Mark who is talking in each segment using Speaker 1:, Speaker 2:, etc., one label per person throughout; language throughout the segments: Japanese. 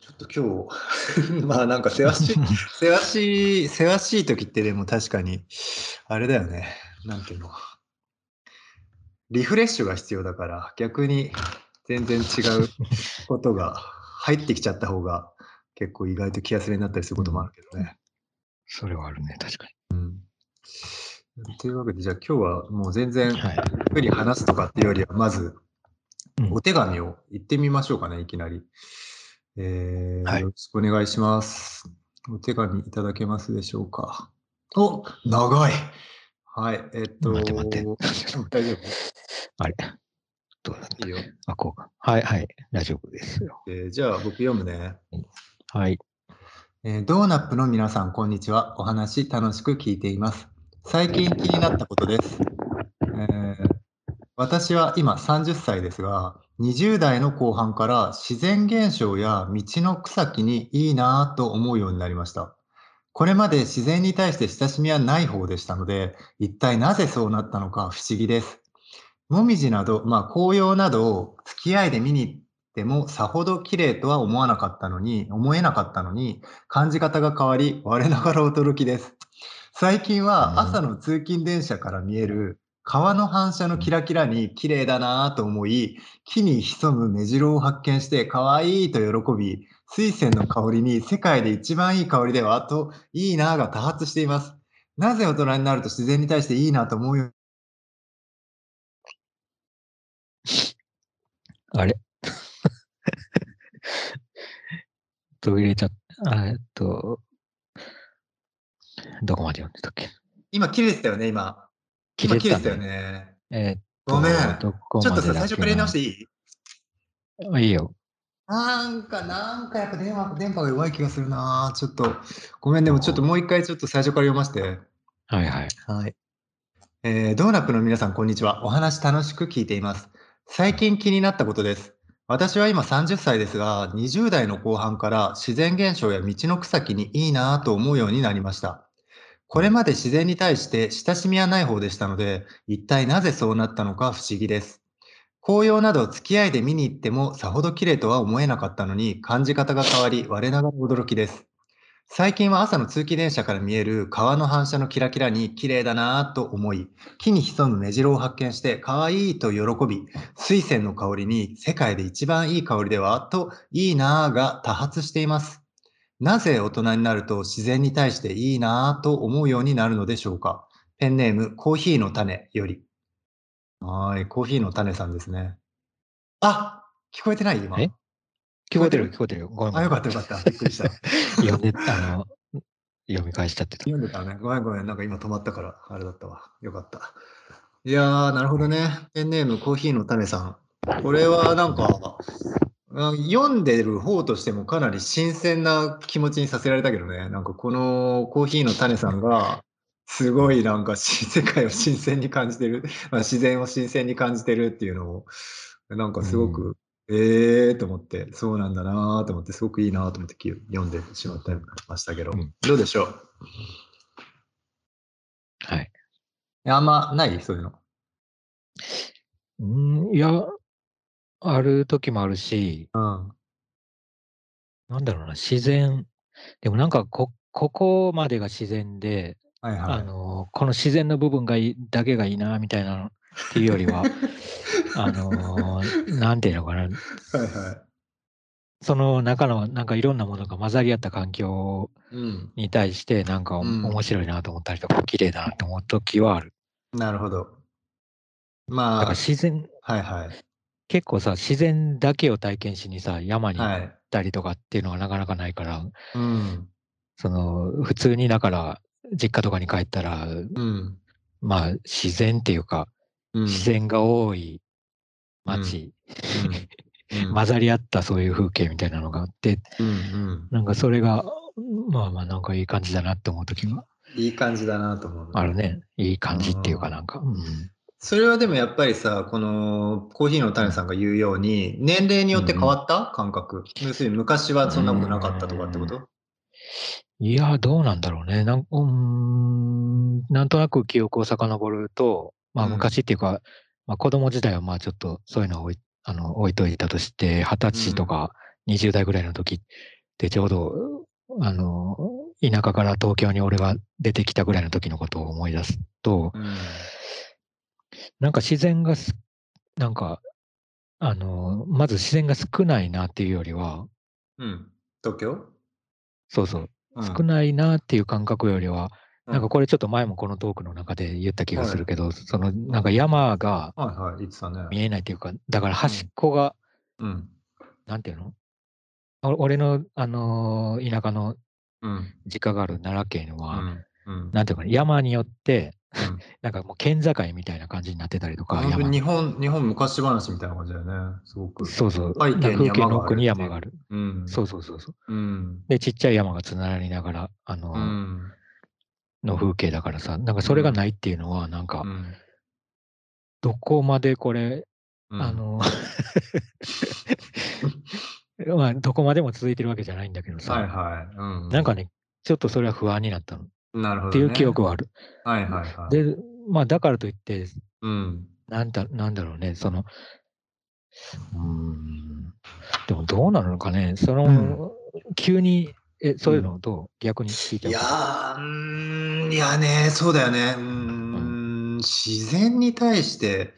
Speaker 1: ちょっと今日 まあなんかせわ しい、せわしい、せわしい時ってでも確かに、あれだよね。なんていうの。リフレッシュが必要だから、逆に全然違うことが入ってきちゃった方が、結構意外と気休めになったりすることもあるけどね。
Speaker 2: それはあるね、確か
Speaker 1: というわけで、じゃあ今日はもう全然、
Speaker 2: に。
Speaker 1: ゆっ
Speaker 2: はい。
Speaker 1: くり話すとかっていうよりは、まず
Speaker 2: うん
Speaker 1: お手紙を言ってみましょうかね、いきなり。えー
Speaker 2: はい
Speaker 1: よろしくお願いします。お手紙いただけますでしょうか。お長いはい、えっと、
Speaker 2: 待って待って。
Speaker 1: 大丈
Speaker 2: あれどうだった
Speaker 1: 夫いいよ、
Speaker 2: あ、こうか。はいはい。大丈夫ですよ。
Speaker 1: えーじゃあ僕読むね。
Speaker 2: はい。
Speaker 1: えードーナップの皆さん、こんにちは。お話楽しく聞いています。最近気になったことです。えー私は今30歳ですが、20代の後半から自然現象や道の草木にいいなぁと思うようになりました。これまで自然に対して親しみはない方でしたので、一体なぜそうなったのか不思議です。もみじなど、まあ紅葉などを付き合いで見に行ってもさほど綺麗とは思わなかったのに、思えなかったのに、感じ方が変わり、我ながら驚きです。最近は朝の通勤電車から見える川の反射のキラキラに綺麗だなぁと思い、木に潜む目白を発見して可愛いと喜び、水仙の香りに世界で一番いい香りではといいなぁが多発しています。なぜ大人になると自然に対していいなと思うよ
Speaker 2: あれ 途切れちゃった。あえっと、どこまで読んでたっけ
Speaker 1: 今綺麗でしたよね、今。今綺麗でしたよ。ね。
Speaker 2: えっと、
Speaker 1: ごめん。
Speaker 2: どこまで
Speaker 1: ちょっとさ、最初からやり直してていい
Speaker 2: いいよ。
Speaker 1: なんか、なんかやっぱ電話電波が弱い気がするな。ちょっと、ごめん、でもちょっともう一回ちょっと最初から読ませて。
Speaker 2: はいはい。
Speaker 1: はい。えードーナップの皆さん、こんにちは。お話楽しく聞いています。最近気になったことです。私は今30歳ですが、20代の後半から自然現象や道の草木にいいなぁと思うようになりました。これまで自然に対して親しみはない方でしたので、一体なぜそうなったのか不思議です。紅葉など付き合いで見に行ってもさほど綺麗とは思えなかったのに感じ方が変わり、我ながら驚きです。最近は朝の通勤電車から見える川の反射のキラキラに綺麗だなぁと思い、木に潜む目白を発見して可愛いと喜び、水仙の香りに世界で一番いい香りではといいなぁが多発しています。なぜ大人になると自然に対していいなぁと思うようになるのでしょうかペンネームコーヒーの種より。はーい、コーヒーの種さんですね。あ聞こえてない今。
Speaker 2: え聞こえてる、聞こえてるよ。ごめんご
Speaker 1: あ、
Speaker 2: め
Speaker 1: よ
Speaker 2: ん。
Speaker 1: かったよかった。びっくりした。
Speaker 2: 読んで、あの、読み返しちゃってた。
Speaker 1: 読んでたね。ごめんごめん。なんか今止まったから、あれだったわ。よかった。いやー、なるほどね。ペンネームコーヒーの種さん。これはなんか、あ読んでる方としてもかなり新鮮な気持ちにさせられたけどね。なんかこのコーヒーの種さんが、すごいなんかし世界を新鮮に感じてる、 まあ自然を新鮮に感じてるっていうのを、なんかすごく、ええーと思って、そうなんだなーと思って、すごくいいなーと思ってき読んでしまってましたけど、
Speaker 2: うん
Speaker 1: どうでしょう
Speaker 2: はい。
Speaker 1: あんまないそういうの。
Speaker 2: うん、いや、ある時もあるし、
Speaker 1: うん。
Speaker 2: なんだろうな、自然。でもなんかこ、ここまでが自然で、
Speaker 1: はい
Speaker 2: あの、この自然の部分がいいだけがいいな、みたいなのっていうよりは、あの、なんていうのかな、
Speaker 1: い。はいは
Speaker 2: その中の、なんかいろんなものが混ざり合った環境
Speaker 1: い。うん。
Speaker 2: に対して、なんかお
Speaker 1: うん
Speaker 2: 面白いなと思ったりとか、綺麗だなと思う時はある。
Speaker 1: なるほど。
Speaker 2: だか
Speaker 1: ま
Speaker 2: ら自然、
Speaker 1: あ、はいはい。
Speaker 2: 結構さ、自然だけを体験しにさ、山に行
Speaker 1: は
Speaker 2: っ
Speaker 1: い。
Speaker 2: たりとかっていうのがなかなかないから、
Speaker 1: うん。
Speaker 2: その、普通にだから、実家とかに帰ったら、
Speaker 1: うん。
Speaker 2: まあ、自然っていうか、
Speaker 1: うん。
Speaker 2: 自然が多い街、
Speaker 1: うん。うん。
Speaker 2: 混ざり合ったそういう風景みたいなのがあって、
Speaker 1: うんうん
Speaker 2: なんかそれが、まあまあ、なんかいい感じだなって思う時が
Speaker 1: いい感じだなと思う。
Speaker 2: あるね。いい感じっていう
Speaker 1: う
Speaker 2: か
Speaker 1: ん
Speaker 2: なんか。うん
Speaker 1: それはでもやっぱりさ、このコーヒーの種さんが言うように、年齢によって変わった感覚。要するに昔はそんなことなかったとかってこと
Speaker 2: いや、どうなんだろうね。なんうーんなんとなく記憶を遡ると、まあ
Speaker 1: うん
Speaker 2: 昔っていうか、まあ子供時代はまあちょっとそういうのを置いあの置いといたとして、二十歳とか20代ぐらいの時で、ちょうど、あの、田舎から東京に俺が出てきたぐらいの時のことを思い出すと、
Speaker 1: うん
Speaker 2: なんか自然がす、なんか、あの、まず自然が少ないなっていうよりは、
Speaker 1: うん。東京
Speaker 2: そうそう、
Speaker 1: うん
Speaker 2: 少ないなっていう感覚よりは、
Speaker 1: うん
Speaker 2: なんかこれちょっと前もこのトークの中で言った気がするけど、そのなんか山が
Speaker 1: はいはい、言ってたね。
Speaker 2: 見えないっていうか、だから端っこが、
Speaker 1: うん。
Speaker 2: なんていうのお俺の、あのー田舎の
Speaker 1: うん。
Speaker 2: 実家がある奈良県
Speaker 1: う
Speaker 2: は、
Speaker 1: ん。うん。
Speaker 2: なんていうかな、山によって、
Speaker 1: うん
Speaker 2: なんかもう県境みたいな感じになってたりとか、
Speaker 1: 本当
Speaker 2: 山
Speaker 1: に日本、日本昔話みたいな感じだよね。すごく。
Speaker 2: そうそう、
Speaker 1: 背景に
Speaker 2: なんか風景の
Speaker 1: 山がある
Speaker 2: 奥に山がある。
Speaker 1: うん。
Speaker 2: そうそうそうそ
Speaker 1: う
Speaker 2: う。
Speaker 1: ん。
Speaker 2: で、ちっちゃい山がつながりながら、あの
Speaker 1: う
Speaker 2: ー
Speaker 1: ん。
Speaker 2: の風景だからさ、なんかそれがないっていうのは、なんか
Speaker 1: う、ん。
Speaker 2: どこまでこれ、
Speaker 1: うん
Speaker 2: あ、の、 まあ、どこまでも続いてるわけじゃないんだけどさ、
Speaker 1: はいはい。うん。
Speaker 2: なんかね、ちょっとそれは不安になったのっ
Speaker 1: なるほど、ね。
Speaker 2: ていう記憶はある。
Speaker 1: はいはいはい。、
Speaker 2: で、まあ、だからといって、
Speaker 1: うん。
Speaker 2: なんだなんだろうね、その、うーん、でもどうなのかね、その、急に、え、そういうのと逆に聞い
Speaker 1: い
Speaker 2: ち
Speaker 1: や
Speaker 2: ゃ
Speaker 1: ー、うーん、いやね、そうだよね。うーん、自然に対して、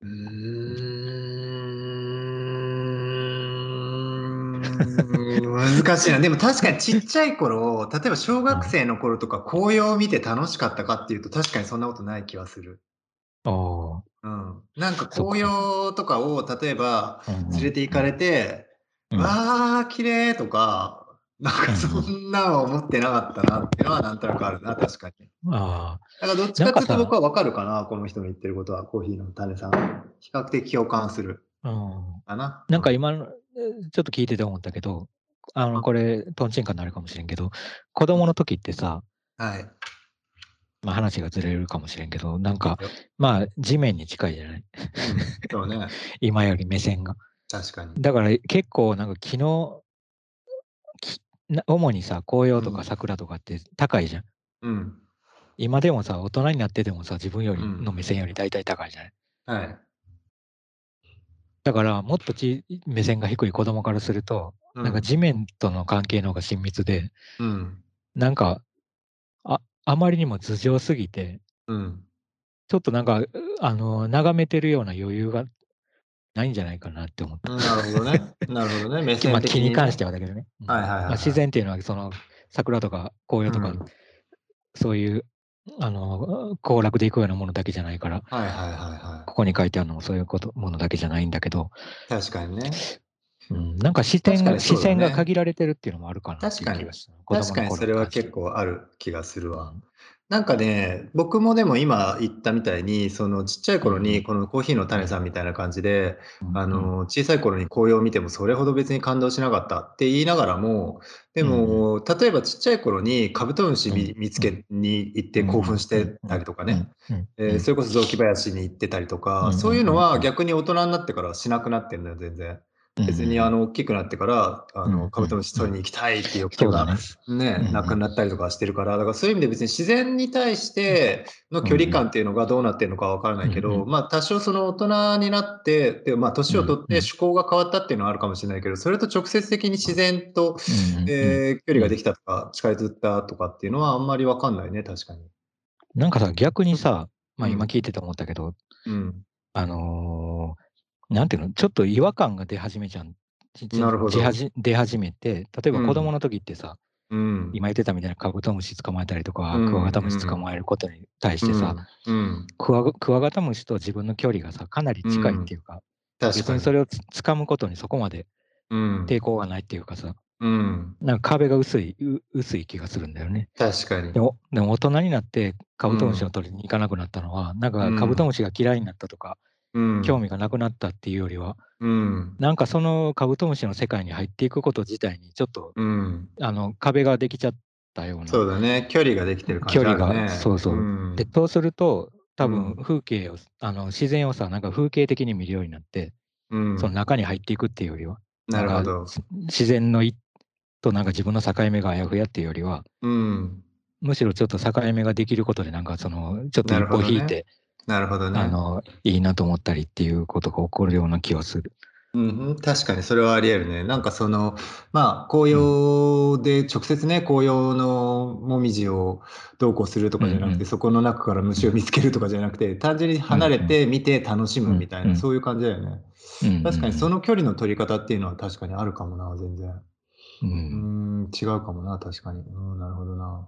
Speaker 2: う。う
Speaker 1: う
Speaker 2: ん
Speaker 1: ーん難しいな。でも確かにちっちゃい頃、例えば小学生の頃とか紅葉を見て楽しかったかっていうと確かにそんなことない気はする。
Speaker 2: あ
Speaker 1: うん。なんか
Speaker 2: そっか
Speaker 1: 紅葉とかを例えば
Speaker 2: あ、うん
Speaker 1: 連れて行かれて、
Speaker 2: うん
Speaker 1: わー、綺麗とか、なんかそんなの思ってなかったなっていうのはなんとなくあるな、確かに。
Speaker 2: ああ、
Speaker 1: だからどっちかっていうと
Speaker 2: なんかさ
Speaker 1: 僕はわかるかな、この人の言ってることは、コーヒーの種さん。比較的共感する。
Speaker 2: うん。
Speaker 1: かな。
Speaker 2: なんか今の、えちょっと聞いてて思ったけど、
Speaker 1: あ
Speaker 2: あの、これ、トンチンカンになるかもしれんけど、子供の時ってさ、
Speaker 1: はい。
Speaker 2: まあ、話がずれるかもしれんけど、なんか
Speaker 1: いいよ、
Speaker 2: まあ、地面に近いじゃない
Speaker 1: そうね。
Speaker 2: 今より目線が。
Speaker 1: 確かに。
Speaker 2: だから、結構、なんか、昨日、きな主にさ、紅葉と
Speaker 1: うん
Speaker 2: か桜とかって高いじゃん。
Speaker 1: うん。
Speaker 2: 今でもさ、大人になってでもさ、自分より
Speaker 1: うん
Speaker 2: の目線より大体高いじゃな
Speaker 1: は
Speaker 2: い。
Speaker 1: い。
Speaker 2: だから、もっとち目線が低い子供からすると、
Speaker 1: う
Speaker 2: なんか地面との関係の方が親密で、
Speaker 1: うん。
Speaker 2: なんか、あ、あまりにも頭上すぎて、
Speaker 1: うん。
Speaker 2: ちょっとなんか、うあの、眺めてるような余裕がないんじゃないかなって思った。
Speaker 1: なるほどね。 なるほどね。目
Speaker 2: ま
Speaker 1: 線
Speaker 2: あ、
Speaker 1: 的。
Speaker 2: 気に関しててはだけどね。うん
Speaker 1: はいはいはいはい
Speaker 2: まあ自然っていうのは、その、桜とか紅葉とか、
Speaker 1: うん
Speaker 2: そういう、あの、行楽で行くようなものだけじゃないから、
Speaker 1: はいはいはいは
Speaker 2: ここに書いてあるのもそういうことものだけじゃないんだけど、
Speaker 1: い。確かにね。
Speaker 2: うん、なんか視点
Speaker 1: 確
Speaker 2: が、
Speaker 1: かにそう
Speaker 2: 視
Speaker 1: だね
Speaker 2: 線が限られてるっていうのもあるかなって
Speaker 1: 確か
Speaker 2: いう
Speaker 1: に
Speaker 2: 気がした。子供の
Speaker 1: 確かに
Speaker 2: 頃
Speaker 1: それは
Speaker 2: として
Speaker 1: 結構ある気がする
Speaker 2: う
Speaker 1: わ。
Speaker 2: ん
Speaker 1: なんかね、僕もでも今言ったみたいに、そのちっちゃい頃
Speaker 2: う
Speaker 1: に
Speaker 2: ん
Speaker 1: このコーヒーの種さんみたいな感じで、
Speaker 2: うん
Speaker 1: あの小さい頃に紅葉を見てもそれほど別に感動しなかったって言いながらも、でも、例えばちっちゃい頃にカブトムシ見見つけに行って興奮してたりとかね、
Speaker 2: うん
Speaker 1: えーそれこそ雑木林に行ってたりとか、
Speaker 2: うん
Speaker 1: そういうのは逆に大人になってからしなくなってるのよ全然別にあ、の大きくなってからあ
Speaker 2: う
Speaker 1: の
Speaker 2: ん
Speaker 1: カブトムシ取りに行きたいっていう欲
Speaker 2: そ
Speaker 1: 求
Speaker 2: うだ
Speaker 1: が
Speaker 2: ね。
Speaker 1: ね
Speaker 2: うん
Speaker 1: なくなったりとかしてるからだからそういう意味で別に自然に対しての距離感っていうのがどうなってるのかわからないけ
Speaker 2: うん
Speaker 1: ど
Speaker 2: う
Speaker 1: まあ多少その大人になってでまあ年を取っ
Speaker 2: うんう
Speaker 1: て
Speaker 2: ん
Speaker 1: 趣向が変わったっていうのはあるかもしれないけどそれと直接的に自然と
Speaker 2: うんうんうん
Speaker 1: えー距離ができたとか近づったとかっていうのはあんまりわかんないね確かに。
Speaker 2: なんかさ、逆にさ、まあ
Speaker 1: うん
Speaker 2: 今聞いてて思ったけど、
Speaker 1: うん
Speaker 2: あのーなんていうの、ちょっと違和感が出始めちゃう。じじ
Speaker 1: なるほど
Speaker 2: 出始出始めて、例えば
Speaker 1: うん
Speaker 2: 子供の時ってさ、
Speaker 1: うん
Speaker 2: 今言ってたみたいなカブトムシ捕まえたりとか、
Speaker 1: うん
Speaker 2: クワガタムシ捕まえることに対してさ、
Speaker 1: うんうん
Speaker 2: クワクワガタムシと自分の距離がさ、かなり近いっていうか、
Speaker 1: 確
Speaker 2: 別
Speaker 1: かに
Speaker 2: にそれをつ掴むことにそこまで
Speaker 1: うん
Speaker 2: 抵抗がないっていうかさ、
Speaker 1: うん、
Speaker 2: なんか壁が薄いう薄い気がするんだよね。
Speaker 1: 確かに
Speaker 2: で。もでも大人になってカブトムシを取りに行かなくなったのは、なんかカブトムシが嫌いになったとか、
Speaker 1: うん、
Speaker 2: 興味がなくなったっていうよりは、
Speaker 1: うん、
Speaker 2: なんかそのカブトムシの世界に入っていくこと自体にちょっと
Speaker 1: うん、
Speaker 2: あの壁ができちゃったような。
Speaker 1: そうだね。距離ができてる感じあるね。
Speaker 2: 距離がそうそう
Speaker 1: うん
Speaker 2: でそうすると多分
Speaker 1: うん
Speaker 2: 風景を、あの自然をさなんか風景的に見るようになって、
Speaker 1: うん
Speaker 2: その中に入っていくっていうよりは
Speaker 1: なるほど。
Speaker 2: 自然のいとなんか自分の境目があやふやっていうよりは
Speaker 1: うん、
Speaker 2: むしろちょっと境目ができることでなんかそのちょっと
Speaker 1: な
Speaker 2: 一
Speaker 1: るほど
Speaker 2: 歩
Speaker 1: ね
Speaker 2: 引いて、
Speaker 1: なるほど
Speaker 2: あ
Speaker 1: ね。
Speaker 2: のいいなと思ったりっていうことが起こるような気はする。
Speaker 1: うんうん、確かにそれはあり得るね。なんかその、まあ、紅葉で直接ね、紅葉のもみじをどうこうするとかじゃなくて、
Speaker 2: うんうん
Speaker 1: そこの中から虫を見つけるとかじゃなくて、単純に離れて見て楽しむみたいな、
Speaker 2: うんうん
Speaker 1: そういう感じだよね。
Speaker 2: うん
Speaker 1: 確かにその距離の取り方っていうのは確かにあるかもな、全然。
Speaker 2: う
Speaker 1: うんん、違うかもな、確かに。うん、なるほどな。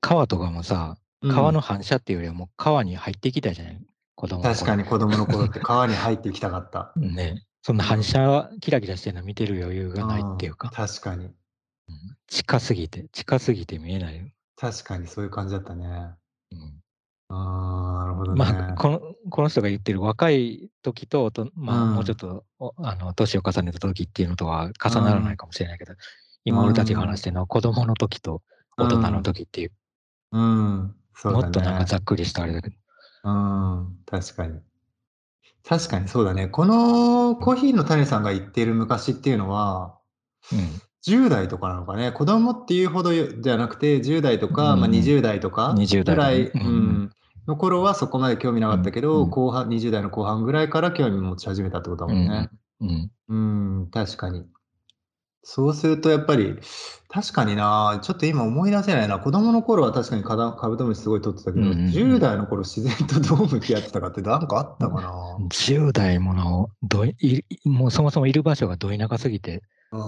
Speaker 2: 川とかもさ、
Speaker 1: うん
Speaker 2: 川の反射っていうよりはもう川に入ってきたじゃない子供の頃
Speaker 1: 確かに子供の頃って川に入っていきたかった。
Speaker 2: ね。そんな反射キラキラしてるの見てる余裕 がないっていうか
Speaker 1: ん、確かに。
Speaker 2: 近すぎて、近すぎて見えないよ。
Speaker 1: 確かにそういう感じだったね。
Speaker 2: うん
Speaker 1: ああ、なるほどね。
Speaker 2: まあ、このこの人が言ってる若い時とおと、まあ、
Speaker 1: うん
Speaker 2: もうちょっとおあの年を重ねた時っていうのとは重ならないかもしれないけど、今
Speaker 1: うん
Speaker 2: 俺たちが話してるのは子供の時と大人の時っていう、
Speaker 1: うん、そうだ
Speaker 2: も
Speaker 1: ね。
Speaker 2: っとなんかざっくりしたあれだけど、
Speaker 1: うん、確かに。確かにそうだね。このコーヒーの種さんが言っている昔っていうのは、10代とかなのかね。子供っていうほどじゃなくて、10代とか、
Speaker 2: うん
Speaker 1: まあ、20代とか
Speaker 2: 20
Speaker 1: ぐらい、
Speaker 2: 代とかね
Speaker 1: う
Speaker 2: うん
Speaker 1: ん、の頃はそこまで興味なかったけど、
Speaker 2: うん
Speaker 1: 後半、20代の後半ぐらいから興味持ち始めたってことだ
Speaker 2: う
Speaker 1: もんね
Speaker 2: ん。うん
Speaker 1: うん、確かに。そうするとやっぱり、確かにな、ちょっと今思い出せないな、子供の頃は確かにカダカブトムシすごい取ってたけど、
Speaker 2: うんうんうん
Speaker 1: 10代の頃自然とどう向き合ってたかってなんかあったか な。
Speaker 2: 10代ものをどいいもうそもそもいる場所がど田舎すぎて
Speaker 1: うん。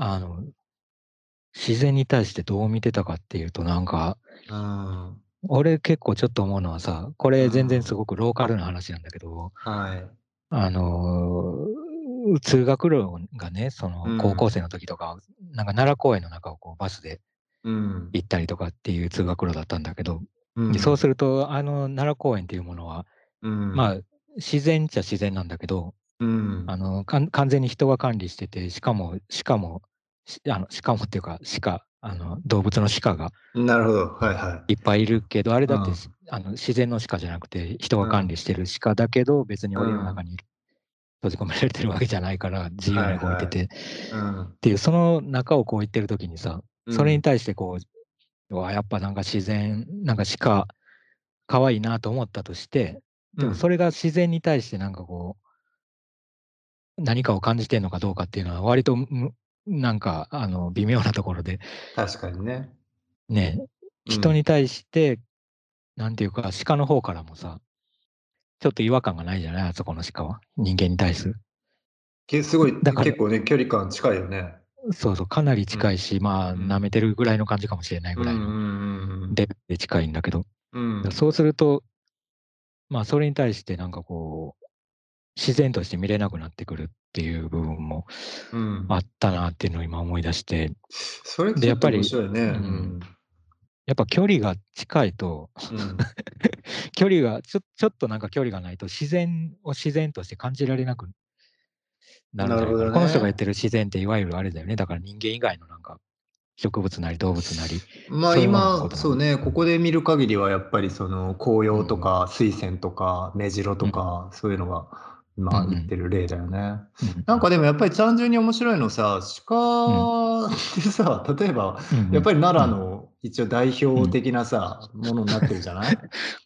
Speaker 2: あの自然に対してどう見てたかっていうとなんか
Speaker 1: うん。
Speaker 2: 俺結構ちょっと思うのはさこれ全然すごくローカルな話なんだけど、
Speaker 1: はい。
Speaker 2: あのー通学路がねその
Speaker 1: うん
Speaker 2: 高校生の時とか、なんか奈良公園の中をこうバスで
Speaker 1: うん。
Speaker 2: 行ったりとかっていう通学路だったんだけど、
Speaker 1: うん
Speaker 2: でそうするとあの奈良公園っていうものは、
Speaker 1: うん。
Speaker 2: まあ自然っちゃ自然なんだけど
Speaker 1: うん。
Speaker 2: あのかん完全に人が管理しててしかもしかもしあのしかもっていうか鹿あの動物の鹿が
Speaker 1: なるほど。はいはい
Speaker 2: っぱいいるけどあれだって
Speaker 1: うん
Speaker 2: しあの自然の鹿じゃなくて人
Speaker 1: う
Speaker 2: が
Speaker 1: ん
Speaker 2: 管理してる鹿だけど別に檻
Speaker 1: う
Speaker 2: の
Speaker 1: ん
Speaker 2: 中に閉じ込められてるわけじいないから自由に動いてて、っ
Speaker 1: い。うん
Speaker 2: ていうその中をこう行ってる時にさ
Speaker 1: うん。
Speaker 2: それに対してこう、うわやっぱなんか自然なんか鹿可愛いなと思ったとしてでもそれが自然に対してなんかこう何かを感じてるのかどうかっていうのは割とむなんかあの微妙なところで
Speaker 1: うん確かにね。
Speaker 2: ね
Speaker 1: うん
Speaker 2: 人に対して、なんていうか、鹿の方からもさ、ちょっと違和感がないじゃないあそこの鹿は。人間に対する。
Speaker 1: けすごい、
Speaker 2: だから
Speaker 1: 結構ね、距離感近いよね。
Speaker 2: そうそう、かなり近いし、まあ、
Speaker 1: うん
Speaker 2: 舐めてるぐらいの感じかもしれないぐらい
Speaker 1: うんう
Speaker 2: の
Speaker 1: んうん
Speaker 2: レベルで近いんだけど、
Speaker 1: うん。
Speaker 2: そうすると、まあ、それに対してなんかこう、自然として見れなくなってくるっていう部分も
Speaker 1: うん。
Speaker 2: あったなっていうのを今思い出して、
Speaker 1: それ
Speaker 2: で
Speaker 1: ちょ
Speaker 2: や
Speaker 1: っ
Speaker 2: っ
Speaker 1: と
Speaker 2: ぱり
Speaker 1: 面白いね。
Speaker 2: うんやっぱ距離が近いと、
Speaker 1: うんうん
Speaker 2: 距離がちょ、ちょっとなんか距離がないと自然を自然として感じられなくなるんじ
Speaker 1: な
Speaker 2: ゃないかな
Speaker 1: るほどね
Speaker 2: この人が言ってる自然っていわゆるあれだよね。だから人間以外のなんか植物なり動物なり。
Speaker 1: まあ
Speaker 2: そういうものの
Speaker 1: 今
Speaker 2: こと
Speaker 1: そうねここで見る限りはやっぱりその紅葉とか水仙とか目白とかそういうのが今言ってる例だよね。なんかでもやっぱり単純に面白いのさ鹿ってさ例えば
Speaker 2: うん、
Speaker 1: やっぱり奈良の一応代表的なさものになってるじゃない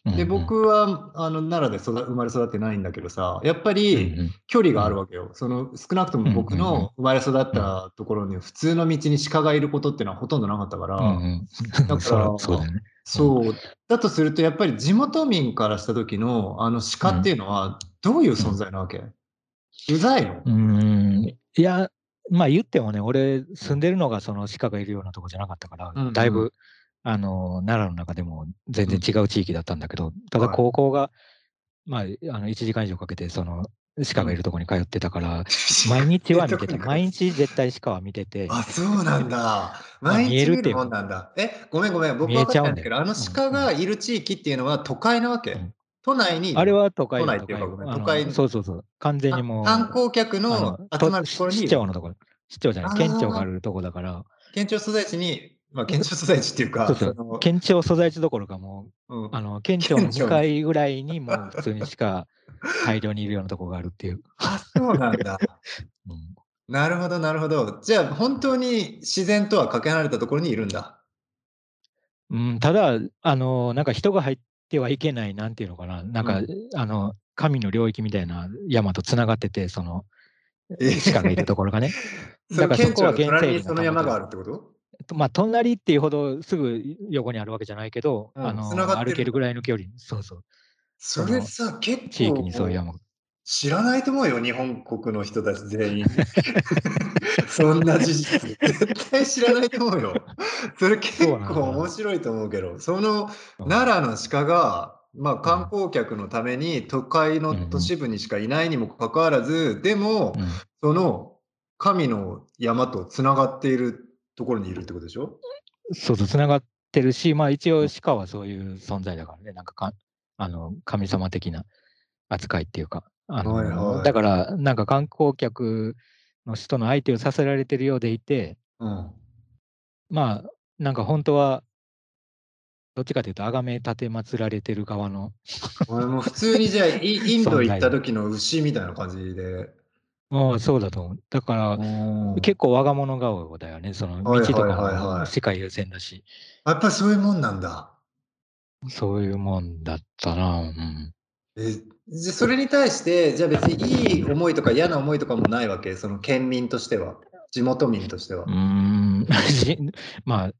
Speaker 2: り
Speaker 1: で僕はあの奈良で育生まれ育ってないんだけどさやっぱ
Speaker 2: うん
Speaker 1: り距離があるわけよ。その少なくとも僕
Speaker 2: うんうんうん
Speaker 1: の生まれ育ったところに普通の道に鹿がいることっていうのはほとんどなかったから。
Speaker 2: うんうん
Speaker 1: ら
Speaker 2: そうそうだよね。
Speaker 1: そうだとするとやっぱり地元民からした時のあの鹿っていうのはどういう存在なわけ、うざいの、
Speaker 2: うん。いや、まあ言ってもね、俺住んでるのがその鹿がいるようなとこじゃなかったから、
Speaker 1: うんうん
Speaker 2: だいぶ、あの、奈良の中でも全然違う地域だったんだけど、ただ
Speaker 1: はい
Speaker 2: 高校が、まあ、あの、1時間以上かけて、その、鹿がいるとこに通ってたから、毎日は見
Speaker 1: ど
Speaker 2: て
Speaker 1: こ
Speaker 2: た。
Speaker 1: に通う
Speaker 2: 毎日絶対鹿は見てて、
Speaker 1: あそうなんだ
Speaker 2: まあ
Speaker 1: 毎
Speaker 2: 見え
Speaker 1: 日
Speaker 2: る
Speaker 1: 見
Speaker 2: って
Speaker 1: る
Speaker 2: いう
Speaker 1: もんなんだえごめんごめん僕
Speaker 2: 見
Speaker 1: 分
Speaker 2: え
Speaker 1: かっ
Speaker 2: ち
Speaker 1: て
Speaker 2: ゃ
Speaker 1: な
Speaker 2: う
Speaker 1: いん
Speaker 2: ん
Speaker 1: だ
Speaker 2: だ
Speaker 1: け
Speaker 2: よ
Speaker 1: どあの鹿がいる地域っていうのは都会なわけ、
Speaker 2: うん
Speaker 1: 都内に
Speaker 2: あれは都会
Speaker 1: 都内
Speaker 2: だ
Speaker 1: って
Speaker 2: 都
Speaker 1: いう
Speaker 2: 会
Speaker 1: かごめ
Speaker 2: あ
Speaker 1: ん都会
Speaker 2: のそうそうそう、完全にもう、
Speaker 1: あ観光客
Speaker 2: あ
Speaker 1: の
Speaker 2: の
Speaker 1: 集
Speaker 2: と
Speaker 1: まるところ
Speaker 2: 市
Speaker 1: に
Speaker 2: 長のところ、市長じゃな
Speaker 1: あー
Speaker 2: い、県庁があるとこだから、
Speaker 1: 県庁所在地にまあ県庁所在地っていうか
Speaker 2: そうそう
Speaker 1: の
Speaker 2: 県庁所在地どころかもう、
Speaker 1: うん
Speaker 2: あの、県庁の2階ぐらいにもう普通にしか大量にいるようなとこがあるっていう。
Speaker 1: あそうなんだ
Speaker 2: うん
Speaker 1: なるほど、なるほど。じゃあ、本当に自然とはかけ離れたところにいるん だ。
Speaker 2: うん、ただ、あの、なんか人が入ってはいけない、なんていうのかな、なんか、
Speaker 1: う。
Speaker 2: あの、神の領域みたいな山とつながってて、その、鹿がいるところがね
Speaker 1: そ
Speaker 2: だ
Speaker 1: の
Speaker 2: からそ
Speaker 1: 県
Speaker 2: こ
Speaker 1: 庁
Speaker 2: は
Speaker 1: の
Speaker 2: 原
Speaker 1: 隣に
Speaker 2: 生林
Speaker 1: その山がある
Speaker 2: 保
Speaker 1: ってこと
Speaker 2: とまあ、隣っていうほどすぐ横にあるわけじゃないけど、
Speaker 1: うん
Speaker 2: あの
Speaker 1: 繋がってる
Speaker 2: 歩けるぐらいの距離、そうそう、
Speaker 1: それさ、結構
Speaker 2: 地域にそういう山が。
Speaker 1: 知らないと思うよ、日本国の人たち全員。 そんな事 実、絶対知らないと思うよ。それ結
Speaker 2: そ
Speaker 1: 構
Speaker 2: うなんだ
Speaker 1: 面白いと思うけど、その
Speaker 2: うん
Speaker 1: 奈良の鹿が、まあ、観光客のために都会の
Speaker 2: うん
Speaker 1: 都市部にしかいないにもかかわらず、でも、
Speaker 2: うん
Speaker 1: その神の山とつながっているところにいるってことでしょ
Speaker 2: そうそう、つながってるし、まあ一応鹿はそういう存在だからね、なんかかあの神様的な扱いっていうか、あの
Speaker 1: はいはい
Speaker 2: だからなんか観光客の人の相手をさせられてるようでいて、
Speaker 1: うん。
Speaker 2: まあなんか本当は、どっちかというと、あがめ立てまつられてる側の、
Speaker 1: 俺も普通にじ ゃあ、イインド行った
Speaker 2: 存在
Speaker 1: 時の牛みたいな感じで。
Speaker 2: もうそうだと思う。だから、
Speaker 1: うん
Speaker 2: 結構我が物顔だよね、その
Speaker 1: はいは
Speaker 2: 道
Speaker 1: い
Speaker 2: と
Speaker 1: はいはい
Speaker 2: かも世界優先だし、
Speaker 1: やっぱりそういうもんなんだ。
Speaker 2: そういうもんだったな、うん。
Speaker 1: えじゃあそれに対して、じゃあ別にいい思いとか嫌な思いとかもないわけ、その県民としては、地元民としては
Speaker 2: う。ーん しまあ、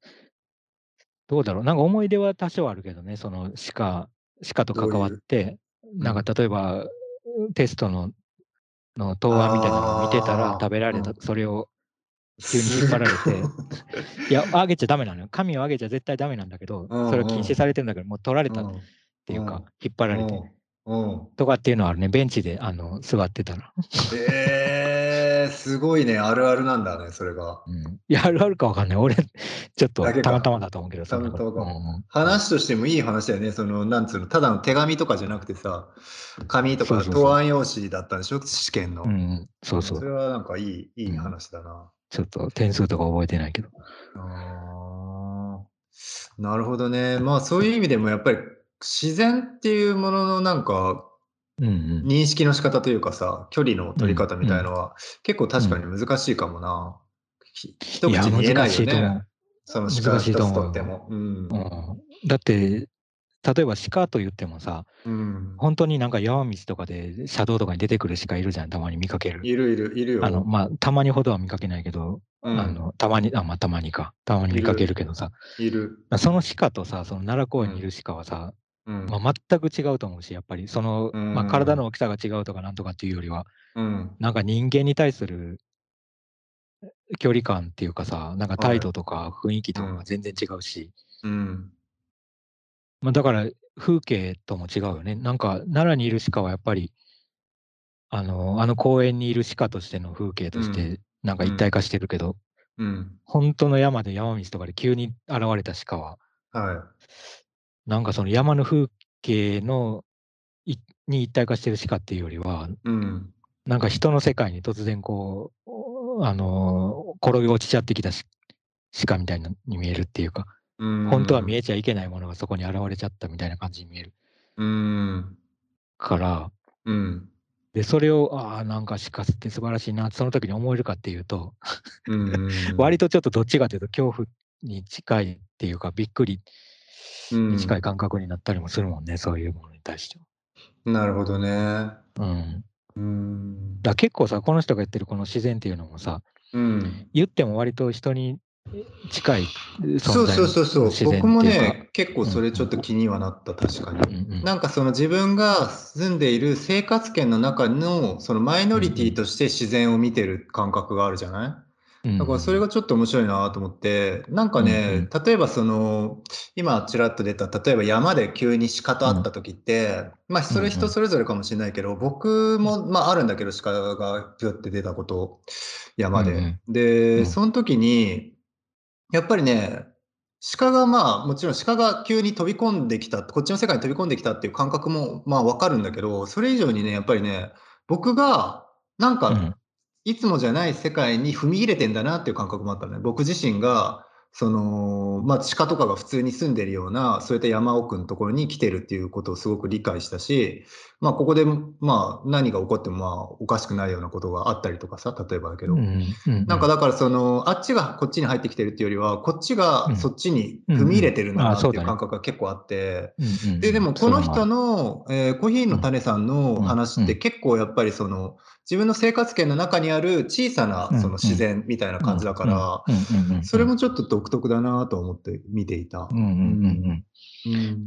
Speaker 2: どうだろう。なんか思い出は多少あるけどね、その鹿、鹿と関わって、
Speaker 1: う
Speaker 2: なんか例えば、テストの、の答案みたいなのを見てた
Speaker 1: あ
Speaker 2: ら
Speaker 1: ー
Speaker 2: 食べられた、
Speaker 1: うん
Speaker 2: それを、急に引っ張られて
Speaker 1: すごい
Speaker 2: いや、あげちゃダメなのよ。神をあげちゃ絶対ダメなんだけど、
Speaker 1: うんうん
Speaker 2: それを禁止されてるんだけど、もう取られた
Speaker 1: う
Speaker 2: っ
Speaker 1: ん
Speaker 2: ていうか、
Speaker 1: うん
Speaker 2: 引っ張られて、
Speaker 1: うんうん
Speaker 2: とかっていうのはあるね、ベンチであの座ってたら。
Speaker 1: えー、すごいね、あるあるなんだね、それが。
Speaker 2: うん、いや、あるあるかわかんない。俺、 ちょっと
Speaker 1: だけか
Speaker 2: たまたまだと思うけど、そんなこと
Speaker 1: たまたまか
Speaker 2: うんうん
Speaker 1: 話としてもいい話だよね、その、なんつうの、ただの手紙とかじゃなくてさ、紙と
Speaker 2: そ
Speaker 1: か
Speaker 2: うそうそう
Speaker 1: 答案用紙だったんでしょ、試験の。
Speaker 2: うん、そうそ。
Speaker 1: そうれはなんかいい、いい話だな。
Speaker 2: ちょっと点数とか覚えてないけど。
Speaker 1: あーなるほどね。まあそういう意味でもやっぱり自然っていうもののなんか
Speaker 2: うんうん。
Speaker 1: 認識の仕方というかさ、距離の取り方みたいのは結構確かに難しいかもな。ひ一口に言えないよね。その鹿
Speaker 2: 難し
Speaker 1: 一
Speaker 2: いと
Speaker 1: つ
Speaker 2: 思
Speaker 1: と
Speaker 2: う
Speaker 1: っても。うん
Speaker 2: う。うん。だって、例えば鹿と言ってもさ、
Speaker 1: うん
Speaker 2: 本当になんか山道とかで車道とかに出てくる鹿いるじゃん、たまに見かける。
Speaker 1: いるいるいるよ。
Speaker 2: あの、まあ、たまにほどは見かけないけど、
Speaker 1: うん
Speaker 2: あの、たまに、あ、まあ、たまにか。たまに見かけるけどさ、
Speaker 1: いる。
Speaker 2: その鹿とさ、その奈良公園にいる鹿はさ、
Speaker 1: うん。
Speaker 2: まあ、全く違うと思うし、やっぱり、その、
Speaker 1: う
Speaker 2: ま
Speaker 1: ん
Speaker 2: あ、体の大きさが違うとかなんとかっていうよりは、
Speaker 1: うん
Speaker 2: なんか人間に対する距離感っていうかさ、なんか態度とか雰囲気とかが全然違うし、
Speaker 1: うん。
Speaker 2: まあ、だから風景とも違うよね。なんか奈良にいる鹿はやっぱり、あのあの公園にいる鹿としての風景とし
Speaker 1: う
Speaker 2: て、なんか一体化してるけど、
Speaker 1: うん。
Speaker 2: 本当の山で山道とかで急に現れた鹿は、
Speaker 1: は
Speaker 2: なんかその山の風景のいに一体化してる鹿っていうよりは、
Speaker 1: い。うん。
Speaker 2: なんか人の世界に突然こう、あのー転げ落ちちゃってきたし鹿みたいなに見えるっていうか、
Speaker 1: うん
Speaker 2: 本当は見えちゃいけないものがそこに現れちゃったみたいな感じに見える
Speaker 1: うん。
Speaker 2: から、
Speaker 1: うん。
Speaker 2: で、それを、ああ、なんか鹿って素晴らしいな、その時に思えるかっていうと、
Speaker 1: うん。
Speaker 2: 割とちょっとどっちかというと恐怖に近いっていうか、びっくりに近い感覚になったりもするもんね、そういうものに対して
Speaker 1: なるほどね。
Speaker 2: は。うん。
Speaker 1: うん。
Speaker 2: だから結構さ、この人が言ってるこの自然っていうのもさ、
Speaker 1: うん、
Speaker 2: 言っても割と人に近い存在
Speaker 1: そうそうそうそう
Speaker 2: 自然ってい
Speaker 1: 僕
Speaker 2: うか
Speaker 1: もね結構それちょっと気にはなった確か
Speaker 2: う
Speaker 1: に、
Speaker 2: んうん
Speaker 1: なんかその自分が住んでいる生活圏の中のそのマイノリティとして自然を見てる感覚があるじゃない、だからそれがちょっと面白いなと思って、なんかね、例えばその、今ちらっと出た、例えば山で急に鹿と会った時って、まあそれ人それぞれかもしれないけど、僕も、まああるんだけど、鹿がぴょって出たこと、山
Speaker 2: うんう
Speaker 1: で
Speaker 2: ん。
Speaker 1: で、
Speaker 2: うん
Speaker 1: その時に、やっぱりね、鹿がまあもちろん鹿が急に飛び込んできたこっちの世界に飛び込んできたっていう感覚もまあわかるんだけどそれ以上にねやっぱりね僕がなんか
Speaker 2: うん
Speaker 1: いつもじゃない世界に踏み入れてんだなっていう感覚もあったのね。僕自身がその、まあ、鹿とかが普通に住んでるような、そういった山奥のところに来てるっていうことをすごく理解したし、まあ、ここで、まあ、何が起こっても、まあ、おかしくないようなことがあったりとかさ、例えばだけど、なんかだから、その、あっちがこっちに入ってきてるっていうよりは、こっちがそっちに踏み入れてるなっていう感覚が結構あって、で、でも、この人の、えー、コーヒーの種さんの話って結構やっぱりその、自分の生活圏の中にある小さなその自然みたいな感じだから、それもちょっと独特だなと思って見ていた。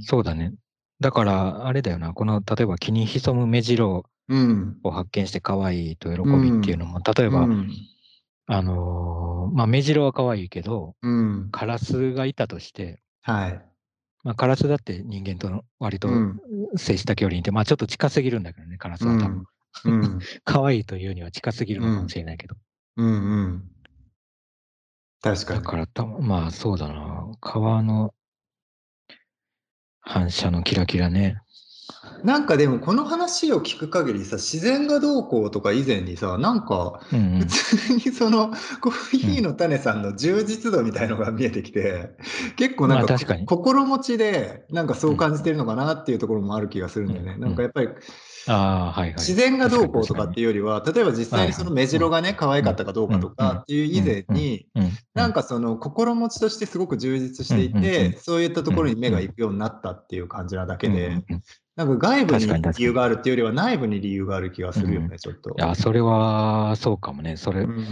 Speaker 2: そうだね。だから、あれだよな、この例えば気に潜む目白を発見して可愛いと喜びっていうのも、例えば、うん、あのー、まあ、目白は可愛いけど、うん、カラスがいたとして、
Speaker 1: はい。
Speaker 2: まあ、カラスだって人間と割と接した距離にいて、まあ、ちょっと近すぎるんだけどね、カラスは多分。うんうん、可愛いというには近すぎるのかもしれないけど。
Speaker 1: うん、うん、うん、確かに。
Speaker 2: だからた、まあそうだな。川の反射のキラキラね。
Speaker 1: なんかでもこの話を聞く限りさ自然がどうこうとか以前にさなんか普通にそのコーヒーの種さんの充実度みたいのが見えてきて結構なんか心持ちでなんかそう感じてるのかなっていうところもある気がするんだよね、うん、なんかやっぱり自然がどうこうとかっていうよりは例えば実際にその目白がね可愛かったかどうかとかっていう以前になんかその心持ちとしてすごく充実していてそういったところに目がいくようになったっていう感じなだけで。なんか外部に理由があるっていうよりは内部に理由がある気がするよね、うん、ちょっと。
Speaker 2: いや、それはそうかもね。それ、うんうん、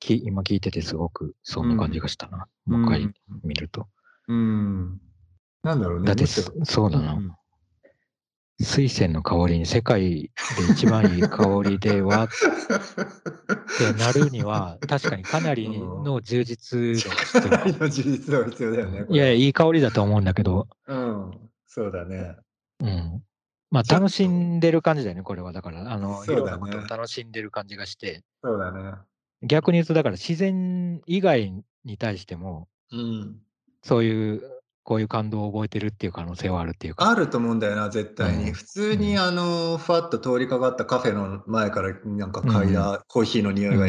Speaker 2: き今聞いててすごくそんな感じがしたな。うん、もう一回見ると。
Speaker 1: うん。なんだろうね。
Speaker 2: だってそうだな。 うん水仙の香りに世界で一番いい香りではってなるには、確かにかなりの充実
Speaker 1: 度が必要。充実度が必要だよね。
Speaker 2: いや、いい香りだと思うんだけど。
Speaker 1: うん、そうだね。
Speaker 2: うん。まあ、楽しんでる感じだよね、これは。だから、あの、いろんなことを楽しんでる感じがして。
Speaker 1: そうだね。
Speaker 2: 逆に言うと、だから自然以外に対しても、
Speaker 1: うん、
Speaker 2: そういう、こういう感動を覚えてるっていう可能性はあるっていうか。
Speaker 1: あると思うんだよな、絶対に。うん、普通に、あの、ふわっと通りかかったカフェの前から、なんか嗅いだ、うん、コーヒーの匂いが、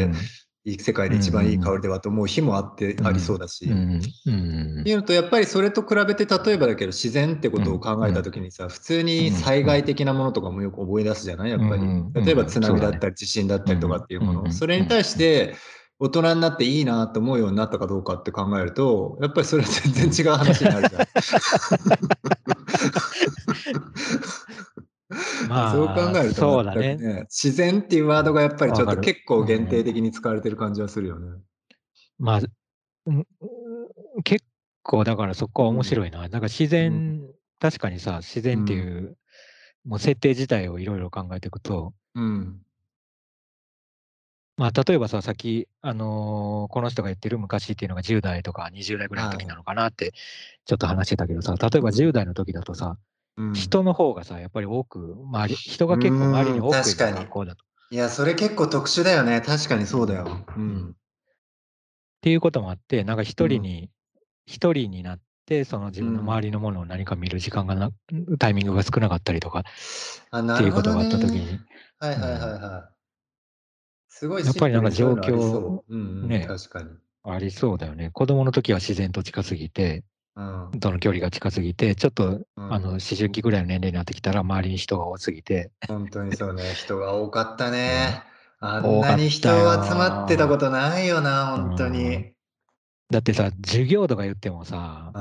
Speaker 1: 世界で一番いい香りではと思う日もあって、ありそうだし。っていうのとやっぱりそれと比べて例えばだけど自然ってことを考えた時にさ普通に災害的なものとかもよく思い出すじゃないやっぱり例えば津波だったり地震だったりとかっていうものそれに対して大人になっていいなと思うようになったかどうかって考えるとやっぱりそれは全然違う話になる じゃん。まあ、そう考えると、ねね、自然っていうワードがやっぱりちょっと結構限定的に使われてる感じはするよね。
Speaker 2: うん、まあ、結構だからそこは面白いな。うん、なんか自然、うん、確かにさ、自然っていう、うん、もう設定自体をいろいろ考えていくと、まあ、例えばさ、さっき、あのー、この人が言ってる昔っていうのが10代とか20代ぐらいの時なのかなって、ちょっと話してたけどさ、例えば10代の時だとさ、うん、人の方がさ、やっぱり多く、周り、人が結構周りに多くいる学校だと。
Speaker 1: いや、それ結構特殊だよね。確かにそうだよ。うん。
Speaker 2: っていうこともあって、なんか一人に、一、うん、人になって、その自分の周りのものを何か見る時間がな、タイミングが少なかったりとか、ね、っていうことがあった時に。
Speaker 1: はいはいはいはい。すごい
Speaker 2: やっぱりなんか状況、
Speaker 1: うんうん、ね、確かに。
Speaker 2: ありそうだよね。子供の時は自然と近すぎて、うん、との距離が近すぎて、ちょっと、うん、あの思春期ぐらいの年齢になってきたら、周りに人が多すぎて。
Speaker 1: 本当にそうね、人が多かったね。うん、あんなに人集まってたことないよな、本当に、うん。
Speaker 2: だってさ、授業とか言ってもさ、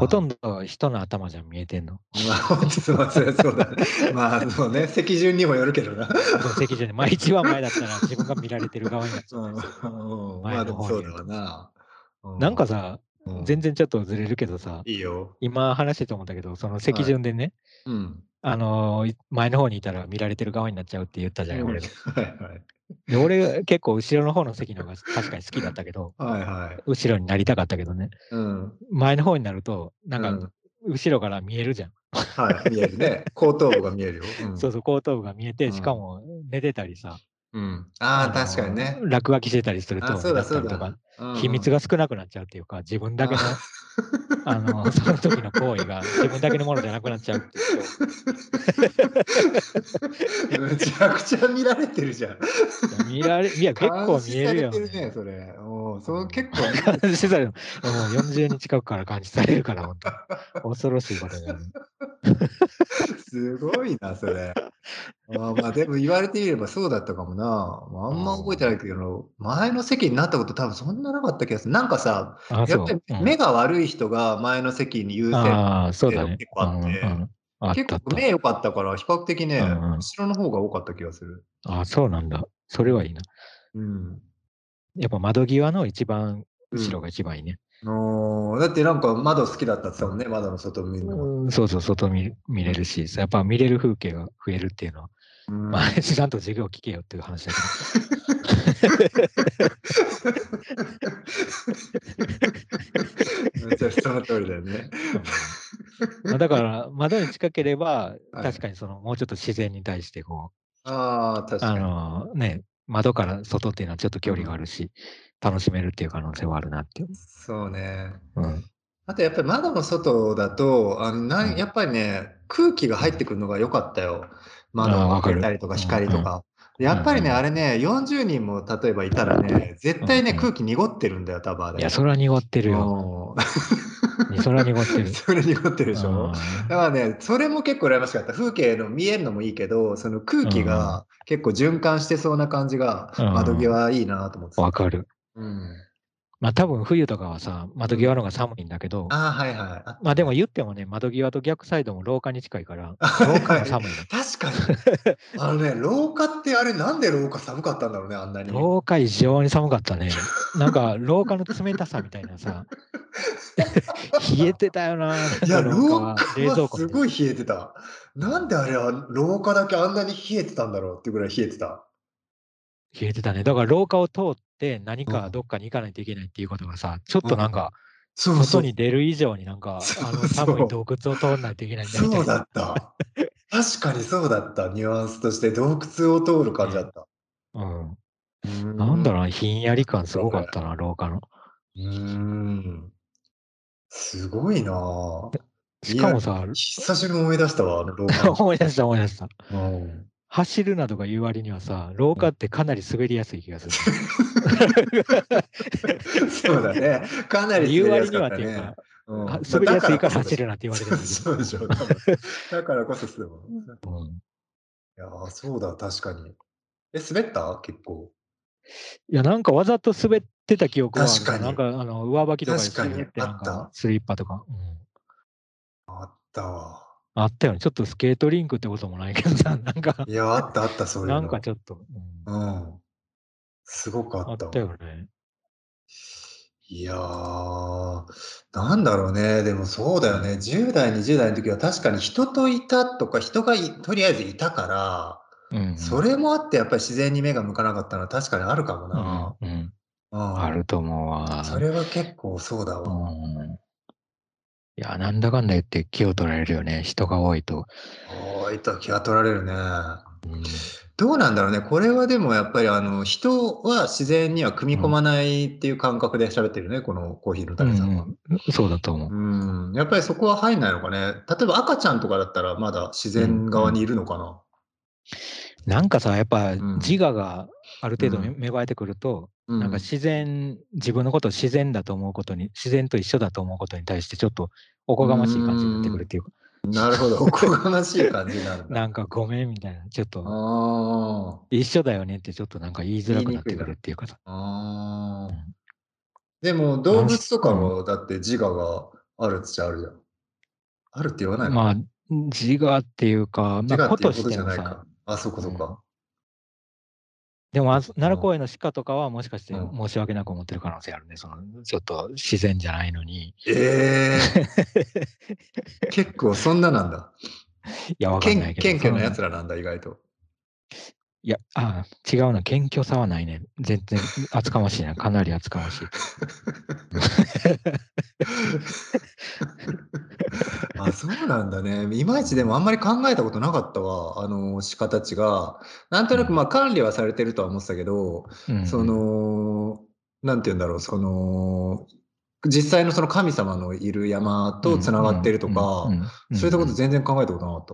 Speaker 2: ほとんど人の頭じゃ見えてんの。
Speaker 1: まあ、本当そうだね。まあ、そうね、席順にもよるけ どな。
Speaker 2: 席順に、まあ、一番前だったら自分が見られてる側になっちゃう。
Speaker 1: 前の方に、まあ、そうだな。
Speaker 2: なんかさ、全然ちょっとずれるけどさ、
Speaker 1: いいよ
Speaker 2: 今話してて思ったけど、その席順でね、
Speaker 1: はい、うん、
Speaker 2: あのー、前の方にいたら見られてる側になっちゃうって言ったじゃない、うん、俺。はいはい、で俺、結構後ろの方の席の方が確かに好きだったけど、
Speaker 1: はいはい、
Speaker 2: 後ろになりたかったけどね、
Speaker 1: うん、
Speaker 2: 前の方になると、なんか、後ろから見えるじゃん。
Speaker 1: はい、見えるね。後頭部が見えるよ。
Speaker 2: うん、そうそう、後頭部が見えて、しかも寝てたりさ。
Speaker 1: うん、ああ、確かにね。
Speaker 2: 落書きしてたりすると、
Speaker 1: そうだそうだ。
Speaker 2: 秘密が少なくなっちゃうっていうか、自分だけの、 あの、その時の行為が自分だけのものじゃなくなっちゃうって
Speaker 1: いう。めちゃくちゃ見られてるじゃん。
Speaker 2: 見られ、いや、結構見えるよ、ね。
Speaker 1: ね、それ。もう、そう結構、
Speaker 2: 感じされる。もう40人近くから感じされるから、本当恐ろしいことになる。
Speaker 1: すごいな、そ れ。あまあ、でも言われてみればそうだったかもな。まあ、あんま覚えてないけど、前の席になったこと多分そんななかった気がする。なんかさ、
Speaker 2: あ
Speaker 1: や
Speaker 2: そ
Speaker 1: っ
Speaker 2: う
Speaker 1: ぱり
Speaker 2: うん
Speaker 1: 目が悪い人が前の席に優先
Speaker 2: ああ、そうだね。
Speaker 1: 結構あって
Speaker 2: うんうんあったあ
Speaker 1: 結
Speaker 2: っ
Speaker 1: 構目良かったから、比較的ね、
Speaker 2: うんうん
Speaker 1: 後ろの方が多かった気がする。
Speaker 2: た。ああ、そうなんだ。それはいいな。
Speaker 1: うん。
Speaker 2: やっぱ窓際の一番後ろが一番いいね。
Speaker 1: おーだってなんか窓好きだったって言ってたもんね、窓の外見るのが。
Speaker 2: うんそうそう、外見見れるし、やっぱ見れる風景が増えるっていうのは、
Speaker 1: うん
Speaker 2: まあ、 ちゃんと授業聞けよっていう話だけ
Speaker 1: めっちゃその通りだよね。
Speaker 2: ど。うんまあだから、窓に近ければ、
Speaker 1: はい
Speaker 2: 確かにその、もうちょっと自然に対して、こ
Speaker 1: ああ、確
Speaker 2: う、あ
Speaker 1: かに。
Speaker 2: のね、窓から外っていうのはちょっと距離があるし、楽しめるっていう可能性はあるなっていう。
Speaker 1: そうね。
Speaker 2: うん、
Speaker 1: あとやっぱり窓の外だと、あのな
Speaker 2: うん
Speaker 1: んやっぱりね、空気が入ってくるのが良かったよ。窓
Speaker 2: あー
Speaker 1: を
Speaker 2: わか
Speaker 1: 開
Speaker 2: る
Speaker 1: けたりとか光とか。やっぱりね、
Speaker 2: うんうん
Speaker 1: あれね、40人も例えばいたらね、絶対ね、
Speaker 2: うんうん
Speaker 1: 空気濁ってるんだよ、多分あれ。
Speaker 2: いや、それは濁ってるよ。
Speaker 1: よ。
Speaker 2: それは濁ってる。
Speaker 1: それ濁ってるでしょ。
Speaker 2: うん
Speaker 1: だからね、それも結構羨ましかった。風景の見えるのもいいけど、その空気が結構循環してそうな感じが、
Speaker 2: うん
Speaker 1: 窓際いいなと思ってた
Speaker 2: わかる。
Speaker 1: うん、
Speaker 2: まあ多分冬とかはさ、窓際の方が寒いんだけど、
Speaker 1: ああ、はいはい。あ
Speaker 2: まあでも言ってもね、窓際と逆サイドも廊下に近い から、
Speaker 1: はい
Speaker 2: 廊下も寒いの。
Speaker 1: 確かに。あのね、廊下ってあれ、なんで廊下寒かったんだろうね、あんなに。
Speaker 2: 廊下異常に寒かったね。なんか廊下の冷たさみたいな さ、冷えてたよな。
Speaker 1: いや、
Speaker 2: なんか
Speaker 1: 廊下
Speaker 2: 冷蔵
Speaker 1: は
Speaker 2: 庫
Speaker 1: す
Speaker 2: みたい
Speaker 1: ごい冷えてた。なんであれは廊下だけあんなに冷えてたんだろうっていうぐらい冷えてた。
Speaker 2: な冷えてたね。だから廊下を通って何かどっかに行かないといけないっていうことがさ、ちょっとなんか
Speaker 1: そうそ
Speaker 2: 外
Speaker 1: う。
Speaker 2: に出る以上になんかあの寒い洞窟を通らないといけないんだみた
Speaker 1: そう
Speaker 2: い
Speaker 1: だ
Speaker 2: な
Speaker 1: っ。た。確かにそうだった。ニュアンスとして洞窟を通る感じだった。
Speaker 2: うん。
Speaker 1: な
Speaker 2: なんだろうな、ひんやり感すごかったな、廊下の。
Speaker 1: うーん。すごいなぁ。
Speaker 2: しかもさ、
Speaker 1: 久しぶりに思い出したわ、あの廊下
Speaker 2: 思い出した思い出した。
Speaker 1: うん
Speaker 2: 走るなとか言う割にはさ、廊下ってかなり滑りやすい気がする。
Speaker 1: そうだね。かなり
Speaker 2: 言う
Speaker 1: 滑りや
Speaker 2: 割
Speaker 1: す
Speaker 2: に
Speaker 1: か
Speaker 2: は
Speaker 1: っ
Speaker 2: ったていう
Speaker 1: ね
Speaker 2: か、。
Speaker 1: うん
Speaker 2: あ滑りやすいから走
Speaker 1: る。
Speaker 2: るなって言われてるんだけ ど
Speaker 1: そうでしょ。 多分だからこそそうだもん。い
Speaker 2: うん
Speaker 1: やーそうだ、確かに。え、滑った結構。
Speaker 2: いや、なんかわざと滑ってた記憶はあるな
Speaker 1: 確かに
Speaker 2: なんか、あの、上履きとかで
Speaker 1: 確かに
Speaker 2: 滑って、なん
Speaker 1: あっ
Speaker 2: か
Speaker 1: た、
Speaker 2: スリッパとか、うん
Speaker 1: あったわ。
Speaker 2: あったよね。ちょっとスケートリンクってこともないけどさ、なんか
Speaker 1: い、や、あったあった、そういう
Speaker 2: な
Speaker 1: の。
Speaker 2: んかちょっと、うん
Speaker 1: うん。すごか
Speaker 2: あ
Speaker 1: っ。
Speaker 2: ったたよね。
Speaker 1: いやー、なんだろうね。でもそうだよね。10代、20代の時は確かに人といたとか、人がいとりあえずいたから、
Speaker 2: うんうん
Speaker 1: それもあってやっぱり自然に目が向かなかったのは確かにあるかもな。
Speaker 2: うんうん
Speaker 1: うん
Speaker 2: あると思うわ。
Speaker 1: それは結構そうだ
Speaker 2: う
Speaker 1: わ。
Speaker 2: んいや、なんだかんだ言って気を取られるよね。人が多いと。
Speaker 1: おーいと気が取られるね。
Speaker 2: うん
Speaker 1: どうなんだろうね。これはでもやっぱりあの人は自然には組み込まないっていう感覚で喋ってるね、このコーヒーの
Speaker 2: うん
Speaker 1: 旅さんは。
Speaker 2: うんそうだと思う。
Speaker 1: うん、やっぱりそこは入んないのかね。例えば赤ちゃんとかだったらまだ自然側にいるのかな。
Speaker 2: なんかさ、やっぱ
Speaker 1: ん
Speaker 2: 自我がある程度め
Speaker 1: う
Speaker 2: 芽生えてくると、
Speaker 1: うん
Speaker 2: なんか自然、自分のことを自然だと思うことに、自然と一緒だと思うことに対して、ちょっとおこがましい感じになってくるっていうか、
Speaker 1: なるほ ど、おこがましい感じなんだ。
Speaker 2: なんかごめんみたいな、ちょっ
Speaker 1: あ
Speaker 2: と
Speaker 1: ー
Speaker 2: 一緒だよねってちょっとなんか言いづらくなってくるっていうかさ、
Speaker 1: あー
Speaker 2: うん
Speaker 1: でも動物とかもだって自我があるっちゃあるじゃん。あるって言わないの、
Speaker 2: まあ、自我っていうか、
Speaker 1: 自
Speaker 2: ま
Speaker 1: 我
Speaker 2: あ、こ
Speaker 1: ってい
Speaker 2: と
Speaker 1: うこ
Speaker 2: し
Speaker 1: と
Speaker 2: て
Speaker 1: じゃ
Speaker 2: の
Speaker 1: ない
Speaker 2: さ
Speaker 1: か、。あ、そこそこ。
Speaker 2: うん
Speaker 1: か
Speaker 2: でもあ
Speaker 1: そう
Speaker 2: 奈良公園の鹿とかはもしかして
Speaker 1: うん
Speaker 2: 申し訳なく思ってる可能性あるね、そのちょっと自然じゃないのに。
Speaker 1: ええ結構そんななんだ。
Speaker 2: いや、わかんな
Speaker 1: 謙
Speaker 2: いけど。
Speaker 1: 謙虚なや
Speaker 2: そ
Speaker 1: つらなんだ、意外と。
Speaker 2: のいや、あ違うな、謙虚さはないね。全然厚かましいな、かなり厚かましい。
Speaker 1: あそうなんだね。いまいちでもあんまり考えたことなかったわ。あの鹿たちが。なんとなくまあ管理はされてるとは思ってたけど、
Speaker 2: うん
Speaker 1: その、なんて言うんだろう、その、実際のその神様のいる山とつながってるとか、
Speaker 2: うんうんうんうん
Speaker 1: そういったこと全然考えたことなかっ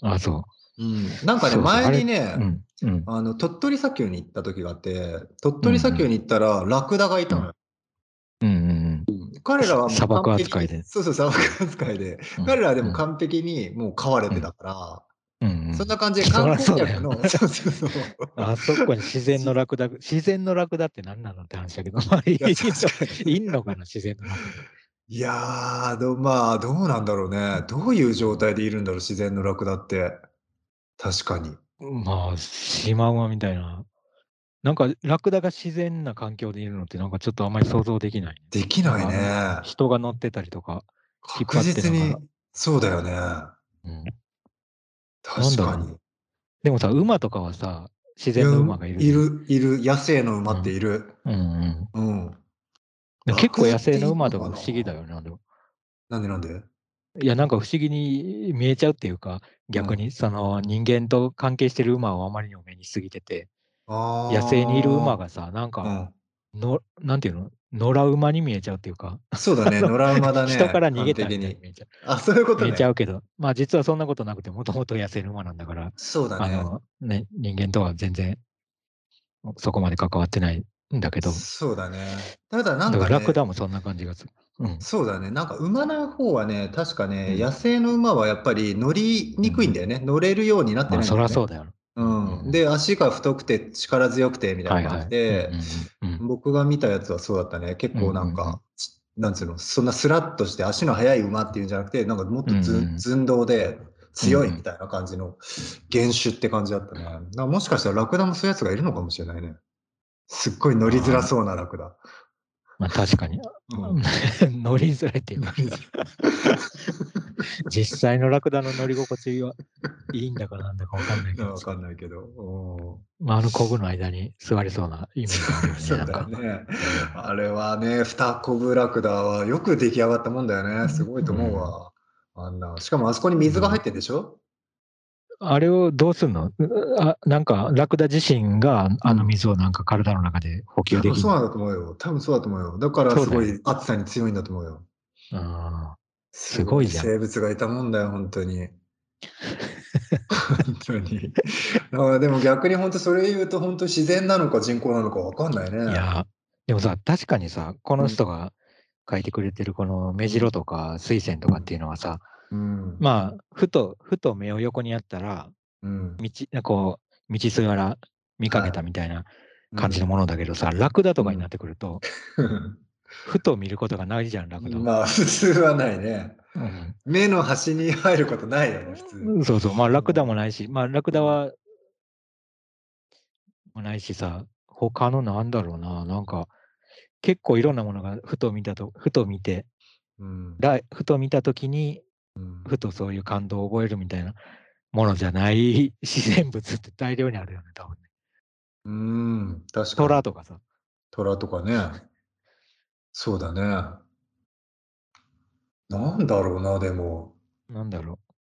Speaker 1: たわ。
Speaker 2: あ、そう。
Speaker 1: うん、なんかね、
Speaker 2: そうそうあ
Speaker 1: 前
Speaker 2: れ
Speaker 1: にね、
Speaker 2: うん。うん。
Speaker 1: あの鳥取砂丘に行った時があって、鳥取砂丘に行ったら、ラクダがいたのよ。
Speaker 2: うんうん
Speaker 1: 彼らはもう
Speaker 2: 砂漠
Speaker 1: 完璧に
Speaker 2: 扱いで
Speaker 1: そうそう、砂漠扱いで。
Speaker 2: うん。
Speaker 1: 彼らはでも完璧にもう飼われてたから、
Speaker 2: うんうん
Speaker 1: そんな感じで観光客の、
Speaker 2: そりゃ
Speaker 1: そうそうそう。
Speaker 2: あそこに自然のラクダ、自然のラクダって何なのって話だけど、まあいい
Speaker 1: や
Speaker 2: の
Speaker 1: 確かに
Speaker 2: いんのかな、自然のラク
Speaker 1: いやーど、まあ、どうなんだろうね。どういう状態でいるんだろう、自然のラクダって。確かに。
Speaker 2: ダ。まあ、シマウマみたいな。なんか、ラクダが自然な環境でいるのって、なんかちょっとあんまり想像できない。
Speaker 1: できないね。
Speaker 2: 人が乗ってたりとか。引っ張
Speaker 1: 確
Speaker 2: ってんのかな
Speaker 1: 実に、そうだよね。
Speaker 2: うん
Speaker 1: 確
Speaker 2: な
Speaker 1: か
Speaker 2: んだろ
Speaker 1: に。
Speaker 2: でもさ、馬とかはさ、自然の馬がいるじゃん。
Speaker 1: いる、いる、野生の馬っている。
Speaker 2: うんうん
Speaker 1: うん。
Speaker 2: でも結構
Speaker 1: ラクダ
Speaker 2: 野
Speaker 1: って
Speaker 2: 生の馬
Speaker 1: いる
Speaker 2: と
Speaker 1: の
Speaker 2: か
Speaker 1: か
Speaker 2: 不
Speaker 1: な
Speaker 2: 思議だよね。でも
Speaker 1: なんでなんで
Speaker 2: いや、なんか不思議に見えちゃうっていうか、逆にその人間と関係してる馬をあまりにも目にしすぎてて、
Speaker 1: あー
Speaker 2: 野生にいる馬がさ、なん
Speaker 1: う
Speaker 2: か
Speaker 1: ん。
Speaker 2: の、なんていうの野良馬に見えちゃうっていうか、
Speaker 1: そうだね、野良馬 だね。
Speaker 2: 人から逃げた
Speaker 1: 完
Speaker 2: みた
Speaker 1: 璧
Speaker 2: いに
Speaker 1: に。
Speaker 2: 見えちゃう,、
Speaker 1: あ、そういうこと
Speaker 2: 見え
Speaker 1: ね
Speaker 2: ち。ゃうけど、まあ実はそんなことなくて、もともと野生の馬なんだから、
Speaker 1: そうだ
Speaker 2: あ
Speaker 1: ね。
Speaker 2: の、ね、人間とは全然そこまで関わってないんだけど、
Speaker 1: そうだね。ただな
Speaker 2: だ
Speaker 1: ん
Speaker 2: か
Speaker 1: からね、
Speaker 2: ラクダもそんな感じがする。うん、
Speaker 1: そうだね。なんか馬の方はね、確かね、
Speaker 2: うん
Speaker 1: 野生の馬はやっぱり乗りにくいんだよね。乗れるようになって
Speaker 2: まあ
Speaker 1: ないんだ
Speaker 2: そ
Speaker 1: よ
Speaker 2: り
Speaker 1: ね。
Speaker 2: ゃそうだよ。
Speaker 1: うん。で、足が太くて力強くてみた
Speaker 2: はいい
Speaker 1: な
Speaker 2: は
Speaker 1: 感じ。
Speaker 2: い
Speaker 1: で、
Speaker 2: うんうんうん
Speaker 1: 僕が見たやつはそうだったね。結構なん
Speaker 2: うんうんうん
Speaker 1: か、ちなんつうの、そんなスラッとして足の速い馬っていうんじゃなくて、なんかもっとず、
Speaker 2: うんうん
Speaker 1: 寸胴で強いみたいな感じの原種って感じだったね。なんかもしかしたらラクダもそういうやつがいるのかもしれないね。すっごい乗りづらそうなラクダ。
Speaker 2: まあ確かに。
Speaker 1: うん
Speaker 2: 乗りづらいってい うか、実際のラクダの乗り心地はいいんだかなんだかわかんないけど
Speaker 1: わ、かんないけど。うん
Speaker 2: まあ、あのコブの間に座りそうなイメージがあるよ ね。
Speaker 1: そう
Speaker 2: なん
Speaker 1: だ
Speaker 2: か
Speaker 1: よね。あれはね、二コブラクダはよく出来上がったもんだよね。すごいと思うわ。あんな。しかもあそこに水が入ってんでしょ、
Speaker 2: あれをどうすんのうあなんかラクダ自身があの水をなんか体の中で補給
Speaker 1: 多
Speaker 2: で
Speaker 1: 分
Speaker 2: きる
Speaker 1: そう。なんだと思うよ。多分そうだと思うよ。だからす
Speaker 2: そう
Speaker 1: ご
Speaker 2: だ
Speaker 1: い暑さに強いんだと思うよ。
Speaker 2: あ
Speaker 1: す
Speaker 2: ごいじゃん
Speaker 1: 生物がいたもんだよ、本当に。本当に。だからでも逆に本当それ言うと本当自然なのか人工なのかわかんないね。
Speaker 2: ーいやー、でもさ、確かにさ、この人が書いてくれてるこの目白とか水仙とかっていうのはさ、
Speaker 1: うん。
Speaker 2: まあ、ふと、ふと目を横にやったら、
Speaker 1: うん、
Speaker 2: 道、こう、道すがら見かけたみたいな感じのものだけどさ、ラクダとかになってくると、
Speaker 1: うん。
Speaker 2: ふと見ることがないじゃん、ラクダ。
Speaker 1: まあ普通はないね。
Speaker 2: う
Speaker 1: 目の端に入ることないよね、普通。
Speaker 2: ん、そうそう、まあ、ラクダもないし、まあ、ラクダは、もないしさ、他のなんだろうな、なんか、結構いろんなものがふと見たと、ふと見て、
Speaker 1: うん
Speaker 2: だいふと見たときに、
Speaker 1: うん
Speaker 2: ふとそういう感動を覚えるみたいなものじゃない自然物って大量にあるよね、多分ね。
Speaker 1: うん、確かに。
Speaker 2: 虎とかさ。
Speaker 1: 虎とかね。そうだね。なんだろうな、でも。
Speaker 2: なんだろう。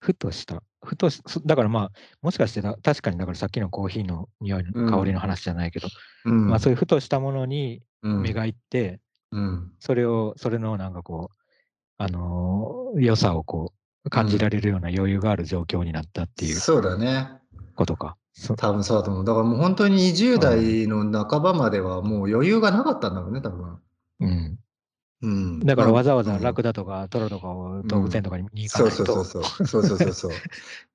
Speaker 2: ふとした。ふとし、そだからまあ、もしかしてな確かにだからさっきのコーヒーの匂い
Speaker 1: うん
Speaker 2: の香りの話じゃないけど、
Speaker 1: うん
Speaker 2: まあそういうふとしたものに
Speaker 1: うん
Speaker 2: 目がいって、
Speaker 1: うん
Speaker 2: それを、それのなんかこう、あのー良さをこう、感じられるような余裕がある状況になったっていう
Speaker 1: そうだね。
Speaker 2: ことか。そ
Speaker 1: 多分そうだと思う。だからもう本当に20代の半ばまではもう余裕がなかったんだろうね、多分。
Speaker 2: うん、
Speaker 1: うん、
Speaker 2: だからわざわざ
Speaker 1: 楽
Speaker 2: ラクダとかトロとかを動物園とかに見に行か
Speaker 1: そう
Speaker 2: ない
Speaker 1: そうそう
Speaker 2: と
Speaker 1: そう。そうそうそうそう。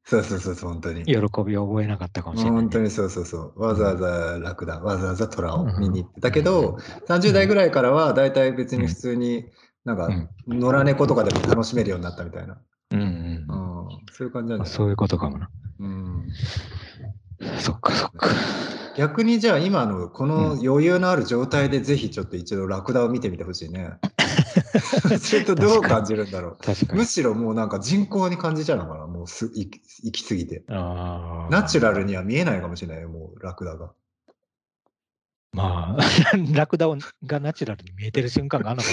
Speaker 1: そうそうそうそう、本当に。
Speaker 2: 喜びを覚えなかったかもしれない
Speaker 1: 本当
Speaker 2: ね。
Speaker 1: にそうそうそう。わざわざラクダ、わざわざトラを
Speaker 2: うん
Speaker 1: 見に行ってたけど、30代ぐらいからは大体別に普通に、なんか
Speaker 2: うん、
Speaker 1: 野良猫とかでも楽しめるようになったみたいな。
Speaker 2: うん
Speaker 1: う
Speaker 2: うん
Speaker 1: ん、そういう感じなんじゃな
Speaker 2: まあ
Speaker 1: い
Speaker 2: そういうことかもな。
Speaker 1: うん、
Speaker 2: そっかそっか。
Speaker 1: 逆にじゃあ今のこの
Speaker 2: う
Speaker 1: 余裕のある状態でぜひちょっと一度ラクダを見てみてほしい ね。するとどう感じるんだろ
Speaker 2: 確
Speaker 1: う。
Speaker 2: かに
Speaker 1: む。しろもうなんか人工に感じちゃうのかな、もうす行き行き過ぎて。
Speaker 2: あー
Speaker 1: ナチュラルには見えないかもしれないよ、もうラクダが。
Speaker 2: まあ、 ラクダをがナチュラルに見えてる瞬間があるのか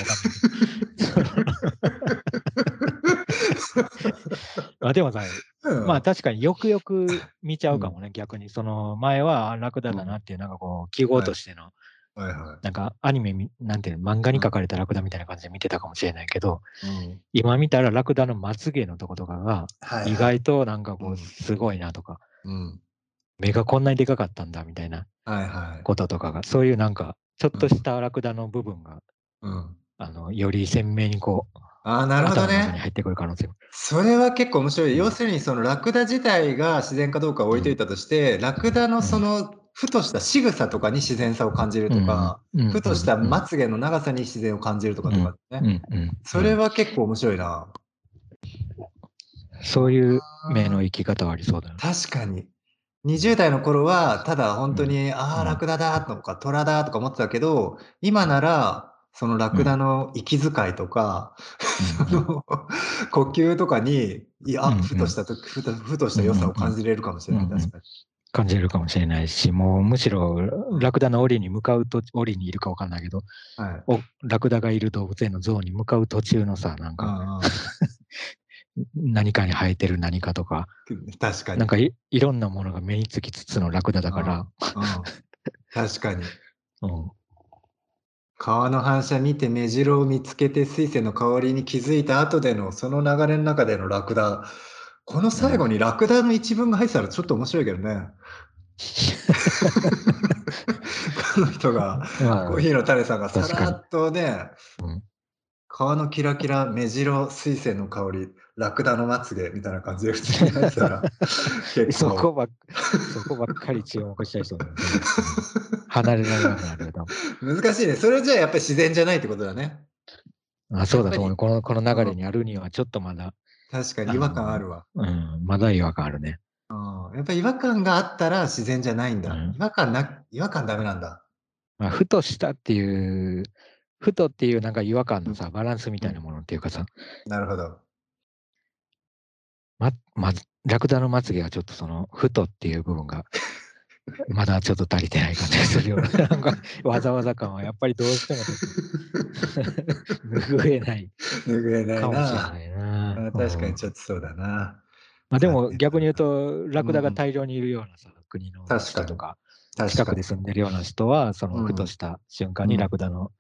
Speaker 2: 分かんないけど。 まあでもさ、
Speaker 1: うん
Speaker 2: まあ確かによくよく見ちゃうかもね、逆に。その前はあラクダだなっていう、なんかこう、記号としての
Speaker 1: はいは
Speaker 2: なんかアニメみ、なんていうの、漫画に書かれたラクダみたいな感じで見てたかもしれないけど、
Speaker 1: い。うん
Speaker 2: 今見たらラクダのまつげのとことかが、
Speaker 1: はいはい
Speaker 2: 意外となんかこ
Speaker 1: うん
Speaker 2: う、すごいなとか、
Speaker 1: うん。
Speaker 2: 目がこんなにでかかったんだみたいな
Speaker 1: はいはい。
Speaker 2: こととかが、そういうなんか、ちょっとしたラクダの部分が、
Speaker 1: うん。
Speaker 2: あの、より鮮明にこう、
Speaker 1: ああ、なるほど
Speaker 2: 頭の中に
Speaker 1: ね。
Speaker 2: 入ってくる可能性も。
Speaker 1: それは結構面白
Speaker 2: う
Speaker 1: い。
Speaker 2: ん
Speaker 1: 要するに、そのラクダ自体が自然かどうかを置いといたとして、ラクダのその、ふとした仕草とかに自然さを感じるとか、
Speaker 2: うん
Speaker 1: ふとしたま
Speaker 2: ま
Speaker 1: つげの長さに自然を感じるとかとかね。それは結構面白いな。
Speaker 2: そういう目の生き方はありそうだな。
Speaker 1: 確かに。20代の頃は、ただ本当に、あ
Speaker 2: う
Speaker 1: あ、
Speaker 2: ん
Speaker 1: ラクダだとか、トラだとか思ってたけど、今なら、そのラクダの息遣いとか、
Speaker 2: う ん
Speaker 1: その呼吸とかに、いや、
Speaker 2: うんうん
Speaker 1: ふとしたと、ふと、ふとした良さを感じれるかもしれない。
Speaker 2: うんうん
Speaker 1: 確かに。
Speaker 2: 感じるかもしれないし、もうむしろラクダの檻に向かうと、檻にいるかわかんないけど、
Speaker 1: はい。
Speaker 2: おラクダがいる動物園の像に向かう途中のさ、なんか
Speaker 1: ああ
Speaker 2: 何かに生えてる何かとか、
Speaker 1: 確かに。
Speaker 2: なんかいいろんなものが目につきつつのラクダだから、
Speaker 1: うんうん確かに。
Speaker 2: うん
Speaker 1: 川の反射見て目白を見つけて水仙の香りに気づいた後でのその流れの中でのラクダこの最後にラクダの一文が入ってたらちょっと面白いけどねこの人がコーヒーの種さんがさらっとね
Speaker 2: うん
Speaker 1: 川のキラキラ目白水仙の香りラクダのまつげみたいな感じで普通に入ってたら結
Speaker 2: そ
Speaker 1: 構
Speaker 2: こばっそこばっかり注目したい人だよね離れられなくなるよ多分
Speaker 1: 難しいねそれじゃあやっぱり自然じゃないってことだね
Speaker 2: あそうだと思
Speaker 1: やっ
Speaker 2: うこのこの流れにあるにはちょっとまだ、
Speaker 1: 確かに違和感あるわ
Speaker 2: うん、まだ違和感あるね
Speaker 1: やっぱり違和感があったら自然じゃないんだ。
Speaker 2: うん
Speaker 1: 違和感な、違和感ダメなんだ。
Speaker 2: まあ、ふとしたっていう、ふとっていうなんか違和感のさ、バランスみたいなものっていうかさ、
Speaker 1: なるほど。
Speaker 2: ま、ま、ラクダのまつげはちょっとその、ふとっていう部分が、まだちょっと足りてない感じがするような、なんか、わざわざ感はやっぱりどうしてもちょっと拭えない
Speaker 1: 拭えない
Speaker 2: かもしれ
Speaker 1: な。
Speaker 2: ない
Speaker 1: あ
Speaker 2: な。
Speaker 1: 確か
Speaker 2: うん
Speaker 1: に。ちょっとそうだな。
Speaker 2: まあ、でも逆に言うと、ラクダが大量にいるようなさ、国の
Speaker 1: 確か
Speaker 2: 人
Speaker 1: に
Speaker 2: とか、
Speaker 1: 確
Speaker 2: 近
Speaker 1: か
Speaker 2: く
Speaker 1: に
Speaker 2: で。住んでるような人は、その、
Speaker 1: うん
Speaker 2: ふとした瞬間にラクダの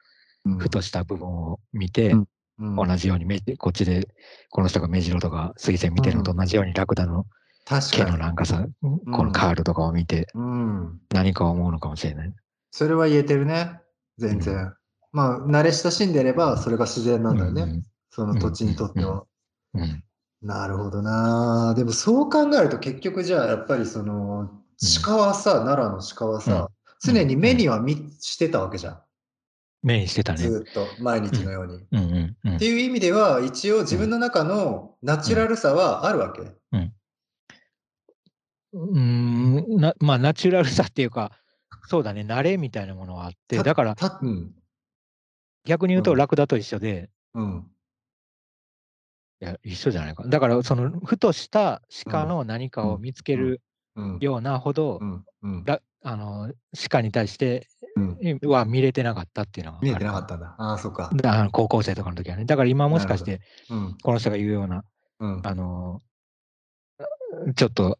Speaker 1: うん
Speaker 2: ふとした部分を見て、
Speaker 1: うん
Speaker 2: 同じように目こっちでこの人が目白とか水仙見てるのと同じようにラクダの
Speaker 1: 確
Speaker 2: 毛の
Speaker 1: かに。
Speaker 2: なんかさ、このカールとかを見て
Speaker 1: うん。
Speaker 2: 何か思うのかもしれない。
Speaker 1: それは言えてるね。全然。
Speaker 2: う
Speaker 1: まあ、慣れ親しんでれば、それが自然なんだよね。
Speaker 2: うん
Speaker 1: その土地にとっては。
Speaker 2: うんうん
Speaker 1: なるほどな。でもそう考えると結局じゃあやっぱりその鹿はさ、奈良の鹿はさ、常に目には見してたわけじゃん。
Speaker 2: 目にしてたね。
Speaker 1: ずーっと毎日のように。っ
Speaker 2: うんうんうん
Speaker 1: ていう意味では一応自分の中のナチュラルさはあるわけ。
Speaker 2: うーんなまあナチュラルさっていうかそうだね慣れみたいなものはあって
Speaker 1: た
Speaker 2: だから
Speaker 1: たうん。
Speaker 2: 逆に言う
Speaker 1: う
Speaker 2: と
Speaker 1: ん
Speaker 2: ラクダと一緒で、
Speaker 1: うん。
Speaker 2: いや一緒じゃないかだからそのふとした鹿の何かを見つける
Speaker 1: うん。
Speaker 2: ようなほど、
Speaker 1: うん。うん。
Speaker 2: ラあの鹿に対して
Speaker 1: うん
Speaker 2: は見れてなかったっていうのが
Speaker 1: 見え
Speaker 2: あ
Speaker 1: て
Speaker 2: る
Speaker 1: なかったんだ。ああ、そっか。
Speaker 2: だあの高校生とかの時はね。だから今もしかして、
Speaker 1: うん。
Speaker 2: この人が言うような、
Speaker 1: うん。
Speaker 2: あのーちょっと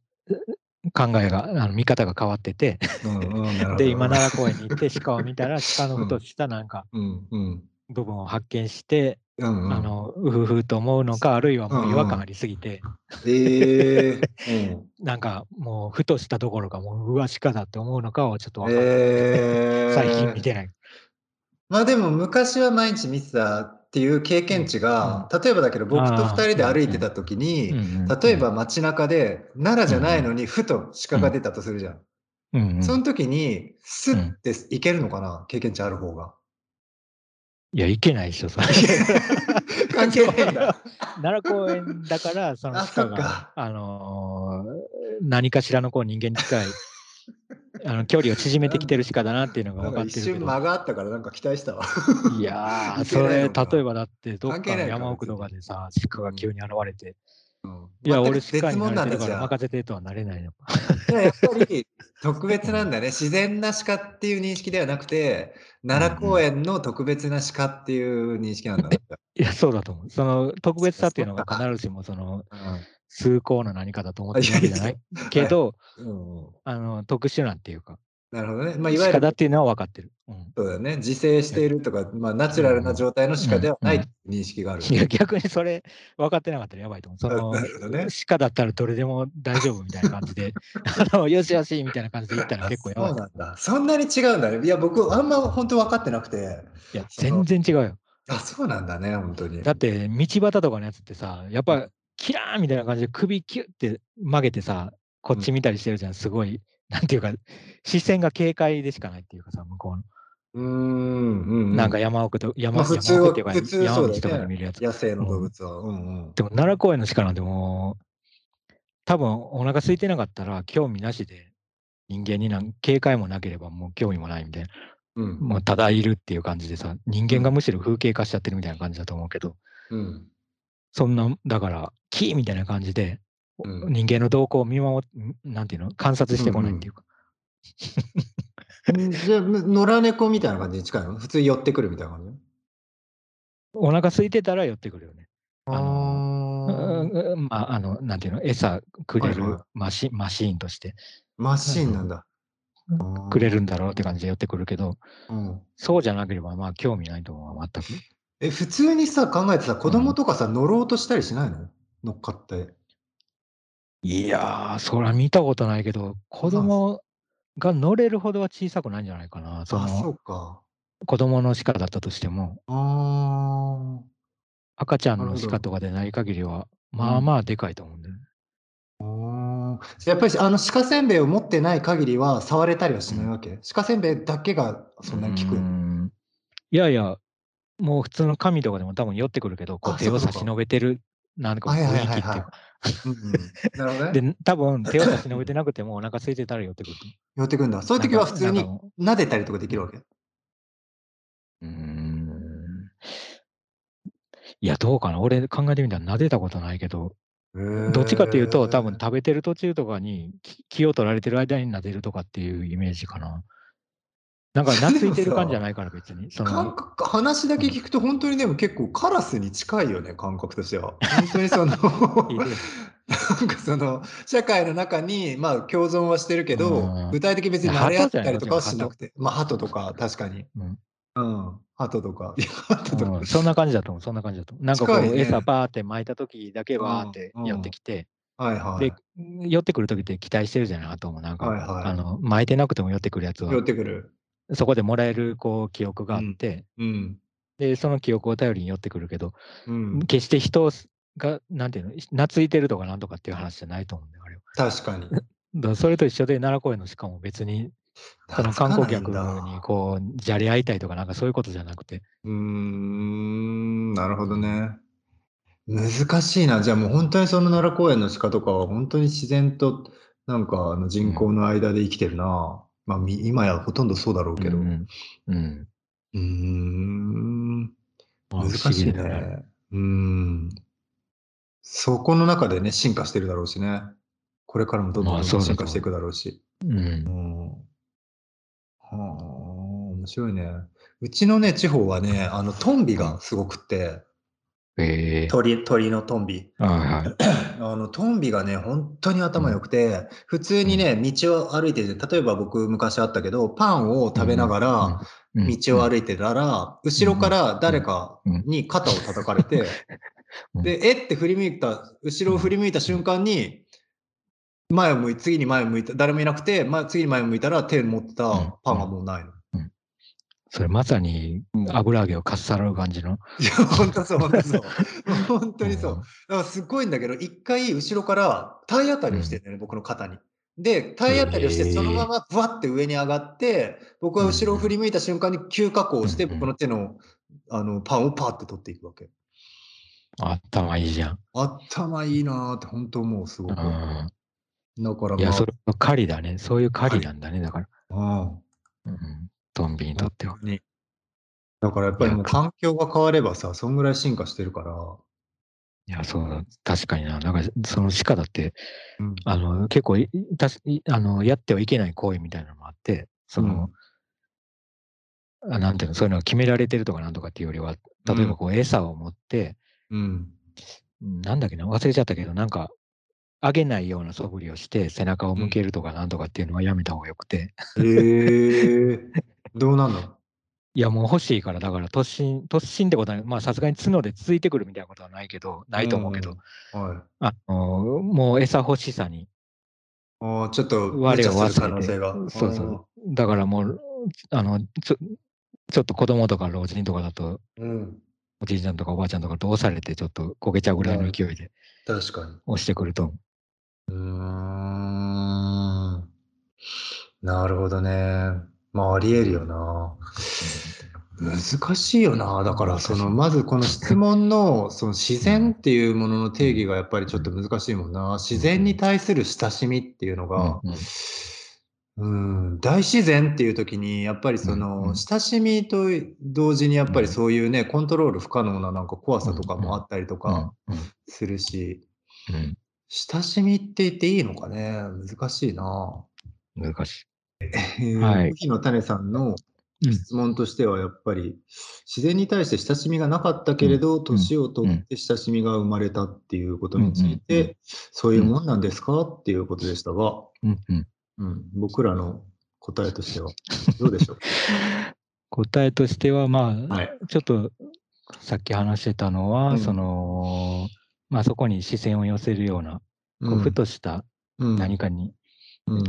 Speaker 2: 考えが、あの見方が変わってて、
Speaker 1: うんうんなるほど
Speaker 2: で、今奈良公園に行って鹿を見たら、鹿のふとしたなんか
Speaker 1: うん。うん。
Speaker 2: 部分を発見して、
Speaker 1: うんうん。
Speaker 2: あの、うふふと思うのか、あるいはもう違和感ありすぎて、
Speaker 1: ええ ー。うん
Speaker 2: なんかもうふとしたどころか、もううわ、鹿だって思うのかをちょっと分かんない
Speaker 1: えー
Speaker 2: 最近見てない。
Speaker 1: まあでも昔は毎日見てたっていう経験値が、例えばだけど僕と
Speaker 2: あー
Speaker 1: 二人で歩いてた時に、
Speaker 2: うんうん
Speaker 1: 例えば、街中で奈良じゃないのにふと鹿が出たとするじゃん。
Speaker 2: うんうん
Speaker 1: その時にスッていけるのかな、経験値ある方 が。
Speaker 2: いや、いけないでしょ、そ れ。
Speaker 1: 関係ないんだ。
Speaker 2: 奈良公園だから、その
Speaker 1: あ、そ
Speaker 2: 鹿
Speaker 1: っ
Speaker 2: が、
Speaker 1: か。
Speaker 2: あのー何かしらのこう人間 に近いあの距離を縮めてきてる鹿だなっていうのが
Speaker 1: なん
Speaker 2: 分
Speaker 1: か
Speaker 2: かっ
Speaker 1: 一
Speaker 2: てるけ
Speaker 1: 瞬
Speaker 2: ど。
Speaker 1: 間があったからなんか期待したわ。
Speaker 2: いやー、
Speaker 1: いけ
Speaker 2: そ
Speaker 1: ない
Speaker 2: れ、
Speaker 1: のか
Speaker 2: 例えばだって、どっ
Speaker 1: 関係
Speaker 2: か
Speaker 1: ない
Speaker 2: の
Speaker 1: か
Speaker 2: 山奥とかでさ、鹿が急に現れて、い
Speaker 1: 全
Speaker 2: や、
Speaker 1: く
Speaker 2: 俺鹿
Speaker 1: 絶
Speaker 2: に
Speaker 1: 問な
Speaker 2: な
Speaker 1: んだ
Speaker 2: れてるか
Speaker 1: じ
Speaker 2: ら
Speaker 1: ゃあ。
Speaker 2: 任せてとはなれないの。
Speaker 1: いややっぱり特別なんだね。自然な鹿っていう認識ではなくて、奈良公園の特別な鹿っていう認識なんだね。
Speaker 2: いや、そうだと思う。その特別さっていうのが
Speaker 1: そっか
Speaker 2: 必ずしもその崇高な何かだと思ってる
Speaker 1: あ
Speaker 2: わ
Speaker 1: いやい
Speaker 2: けじ
Speaker 1: や
Speaker 2: ゃ ないけど、
Speaker 1: うんうん
Speaker 2: あの特殊なんていうか、
Speaker 1: なるほどね。まあ、いわゆ
Speaker 2: 鹿
Speaker 1: る
Speaker 2: だっていうのは分かってる。うん
Speaker 1: そうだよね。自生しているとか、まあ、ナチュラルな状態の鹿ではないっていう認識がある。
Speaker 2: いや、逆にそれ分かってなかったらやばいと思う。そ の
Speaker 1: なるほどね。
Speaker 2: 鹿だったらどれでも大丈夫みたいな感 じで、あのよしよしみたいな感じで行ったら結構やば
Speaker 1: そ。
Speaker 2: いう
Speaker 1: なんだ。そんなに違うんだね。いや、僕、あんま本当分かってなくて。
Speaker 2: いや、全然違うよ。
Speaker 1: あ、そうなんだね、本当に。
Speaker 2: だって、道端とかのやつってさ、やっぱ、キラーンみたいな感じで首キュッて曲げてさ、こっち見たりしてるじゃん。すごい、なんていうか、視線が警戒でしかないっていうかさ、向こうの。
Speaker 1: うーん、うう
Speaker 2: なんか山奥と、
Speaker 1: ま
Speaker 2: 山
Speaker 1: あ
Speaker 2: 山
Speaker 1: 普通
Speaker 2: 奥っ
Speaker 1: は
Speaker 2: ていうか、
Speaker 1: 普通そ
Speaker 2: 山
Speaker 1: う
Speaker 2: 道とか
Speaker 1: だ
Speaker 2: で
Speaker 1: よ
Speaker 2: 見
Speaker 1: ね。
Speaker 2: るやつ。
Speaker 1: 野生の動物は。うんうん。
Speaker 2: でも奈良公園の鹿なんてもう、多分お腹空いてなかったら興味なしで人間になん警戒もなければもう興味もないみたいな、
Speaker 1: うん。
Speaker 2: もうただいるっていう感じでさ、人間がむしろ風景化しちゃってるみたいな感じだと思うけど、
Speaker 1: うん。
Speaker 2: そんな、だから、キーみたいな感じで、
Speaker 1: うん
Speaker 2: 人間の動向を見守っ、んなんていうの、観察してこないっていうか、
Speaker 1: じゃあ、む野良猫みたいな感じに近いの普通寄ってくるみたいな感じ
Speaker 2: お腹空いてたら寄ってくるよね。あ
Speaker 1: の
Speaker 2: うんうんまあ、あの、なんていうの、餌くれ
Speaker 1: はいはい
Speaker 2: るマシ,、マシーンとして
Speaker 1: マシーンなんだ。
Speaker 2: くれ
Speaker 1: る。
Speaker 2: るんだろうって感じで寄ってくるけど、
Speaker 1: うん
Speaker 2: そうじゃなければ、まあ、興味ないと思うわ、全く。
Speaker 1: え、普通にさ、考えてさ、子供とかさ、乗ろうとしたりしないの乗っかって。
Speaker 2: いやー、そら見たことないけど、子供が乗れるほどは小さくないんじゃないかな。そ
Speaker 1: あ、そ
Speaker 2: の
Speaker 1: うか。
Speaker 2: 子供の鹿だったとしても、
Speaker 1: あ
Speaker 2: 赤ちゃん
Speaker 1: な
Speaker 2: の
Speaker 1: るほど
Speaker 2: 鹿とかでない限りは、
Speaker 1: ん
Speaker 2: まあまあでかいと思うんだよね。
Speaker 1: ーやっぱりあの鹿せんべいを持ってない限りは触れたりはしないわけ、鹿せんべいだけがそんなに効く
Speaker 2: うーんいやいや、もう普通の神とかでも多分寄ってくるけど、こ
Speaker 1: あ
Speaker 2: う手を
Speaker 1: そうか
Speaker 2: 差し伸べてる、なんか
Speaker 1: はいはい
Speaker 2: 雰囲
Speaker 1: は
Speaker 2: 気っ
Speaker 1: い
Speaker 2: ていう
Speaker 1: は
Speaker 2: か。
Speaker 1: い。うんうんなるほどね。
Speaker 2: で、多分手を差し伸べてなくてもお腹空いてたら寄ってくると思う。
Speaker 1: 寄ってくんだ。そういう時は普通
Speaker 2: なん
Speaker 1: に
Speaker 2: かも
Speaker 1: 撫でたりとかできるわけ。
Speaker 2: ううーん。いや、どうかな。俺考えてみたら撫でたことないけど、どっちかっていうと、多分食べてる途中とかにき気を取られてる間に撫でるとかっていうイメージかな。なんか懐いてる感じじゃないから別 に。そ
Speaker 1: 感
Speaker 2: の
Speaker 1: 覚話だけ聞くと本当にでも結構カラスに近いよね感覚としては。本当に その
Speaker 2: いる
Speaker 1: なんかその社会の中にまあ共存はしてるけど、
Speaker 2: うん
Speaker 1: 具体的に別に慣れ合ったりとかはしなくてまあ鳩とか確かに、
Speaker 2: うん
Speaker 1: うん、鳩とかいや鳩とか、
Speaker 2: うんそんな感じだと思う、そんな感じだと思う。なんかこ、
Speaker 1: 近いうね
Speaker 2: 餌バーって巻いた時だけバーって
Speaker 1: うんうん
Speaker 2: 寄ってきて、
Speaker 1: はいはい
Speaker 2: で、寄ってくる時って期待してるじゃない、あともなんか、
Speaker 1: はいはい
Speaker 2: あの巻いてなくても寄ってくるやつは
Speaker 1: 寄っ、てくる、
Speaker 2: そこでもらえるこう記憶があって、
Speaker 1: うん
Speaker 2: で、その記憶を頼りに寄ってくるけど、
Speaker 1: うん、
Speaker 2: 決して人が、なんていうの、懐いてるとかなんとかっていう話じゃないと思うんだよ、あれは。
Speaker 1: 確かに。
Speaker 2: だからそれと一緒で、奈良公園の鹿も別に、その観光客にこう、じゃれ合いたいとか、なんかそういうことじゃなくて、
Speaker 1: うーん、なるほどね。難しいな。じゃあもう本当にその奈良公園の鹿とかは本当に自然となんかあの人口の間で生きてるな。まあみ今やほとんどそうだろうけど。
Speaker 2: う
Speaker 1: うん
Speaker 2: うん、
Speaker 1: ーん、
Speaker 2: まあ
Speaker 1: 難
Speaker 2: 不思議
Speaker 1: しい
Speaker 2: だよ
Speaker 1: ね。うーん。そこの中でね、進化してるだろうしね。これからもどんどん
Speaker 2: まあ
Speaker 1: どん
Speaker 2: そ
Speaker 1: ど
Speaker 2: うん
Speaker 1: 進
Speaker 2: だと思う
Speaker 1: 化していくだろうし。
Speaker 2: うん
Speaker 1: うんはあ、面白いね。うちのね、地方はね、あの、トンビがすごくって、
Speaker 2: ええ
Speaker 1: 鳥、鳥のトンビ。
Speaker 2: はいはい。
Speaker 1: あの、トンビがね、本当に頭良くて、普通にね、道を歩いてて、例えば僕昔あったけど、パンを食べながら、
Speaker 2: うん
Speaker 1: 道を歩いてたら、後ろから誰かに肩を叩かれて
Speaker 2: う、ん
Speaker 1: で、えって振り向いた、後ろを振り向いた瞬間に、前を向い、次に前を向いた、誰もいなくて、前次に前を向いたら手に持って
Speaker 2: うん
Speaker 1: たパンはもうないの。
Speaker 2: それまさに油揚げをかっさらう感じの。
Speaker 1: いや、本当そう、本当 そう。本当にそう。
Speaker 2: ん。
Speaker 1: だからすごいんだけど、一回後ろから体当たりをしてるんだよね、僕の肩に。で、体当たりをして、
Speaker 2: へー
Speaker 1: そのままブワって上に上がって、僕は後ろを振り向いた瞬間に急加工して、
Speaker 2: うんうん
Speaker 1: 僕の手のあのパンをパーって取っていくわけ。
Speaker 2: 頭いいじゃん。
Speaker 1: 頭いいなーって本当思う、すご
Speaker 2: う
Speaker 1: く。だから
Speaker 2: ん。
Speaker 1: まあ、
Speaker 2: いや、それは狩りだね。そういう狩りなんだね、だから。
Speaker 1: うん
Speaker 2: うん。トンビにとっては。
Speaker 1: にだからやっぱりもう環境が変わればさ、そんぐらい進化してるから。
Speaker 2: いや、そうだ。確かにな。なんか、その鹿だって、
Speaker 1: うん
Speaker 2: あの、結構い、たしいあの、やってはいけない行為みたいなのもあって、その、あなんていうの、そういうのが決められてるとかなんとかっていうよりは、例えばこう、餌を持って、
Speaker 1: うん。
Speaker 2: なんだっけな、忘れちゃったけど、なんか、上げないような素振りをして、背中を向けるとかなんとかっていうのはやめた方がよくて、
Speaker 1: へえー。どうなんの
Speaker 2: いや、もう欲しいから、だから突進、突進ってことは、まあさすがに角でついてくるみたいなことはないけど、ないと思うけど、
Speaker 1: うん。はい。
Speaker 2: あのもう餌欲しさに。
Speaker 1: あーちょっと、
Speaker 2: 我を
Speaker 1: 無茶
Speaker 2: 忘れ
Speaker 1: す
Speaker 2: て
Speaker 1: る可能性が。
Speaker 2: そうそう。だからもう、あの、ちょちょっと子供とか老人とかだと、
Speaker 1: うん。うん。
Speaker 2: おじいちゃんとかおばあちゃんとかと押されて、ちょっと焦げちゃうぐらいの勢いで
Speaker 1: 確かに。
Speaker 2: 押してくると思う。
Speaker 1: うーん。なるほどね。まあ、ありえるよな。難しいよな。だから、その、まずこの質問 の、その自然っていうものの定義がやっぱりちょっと難しいもんな。自然に対する親しみっていうのが、
Speaker 2: うんうん
Speaker 1: うん、大自然っていう時に、やっぱりそ
Speaker 2: うんう
Speaker 1: の、
Speaker 2: ん
Speaker 1: 親しみと同時にやっぱり
Speaker 2: うん
Speaker 1: そういうね、コントロール不可能ななんか怖さとかもあったりとか
Speaker 2: うん
Speaker 1: するし、
Speaker 2: うん
Speaker 1: 親しみって言っていいのかね難しいな。
Speaker 2: うん難し
Speaker 1: えー
Speaker 2: はい
Speaker 1: コーヒーの種さんの
Speaker 2: い。
Speaker 1: 質問としてはやっぱり自然に対して親しみがなかったけれど年を取って親しみが生まれたっていうことについ
Speaker 2: うんうんう
Speaker 1: てそういうもんなんですかっていうことでしたが、
Speaker 2: うんうん、
Speaker 1: うん、僕らの答えとしてはどうでしょう
Speaker 2: 答えとしては、まあ、
Speaker 1: はい。
Speaker 2: ちょっとさっき話してたのは、
Speaker 1: うん
Speaker 2: その、まあそこに視線を寄せるような、 こうふとした何
Speaker 1: か
Speaker 2: かに、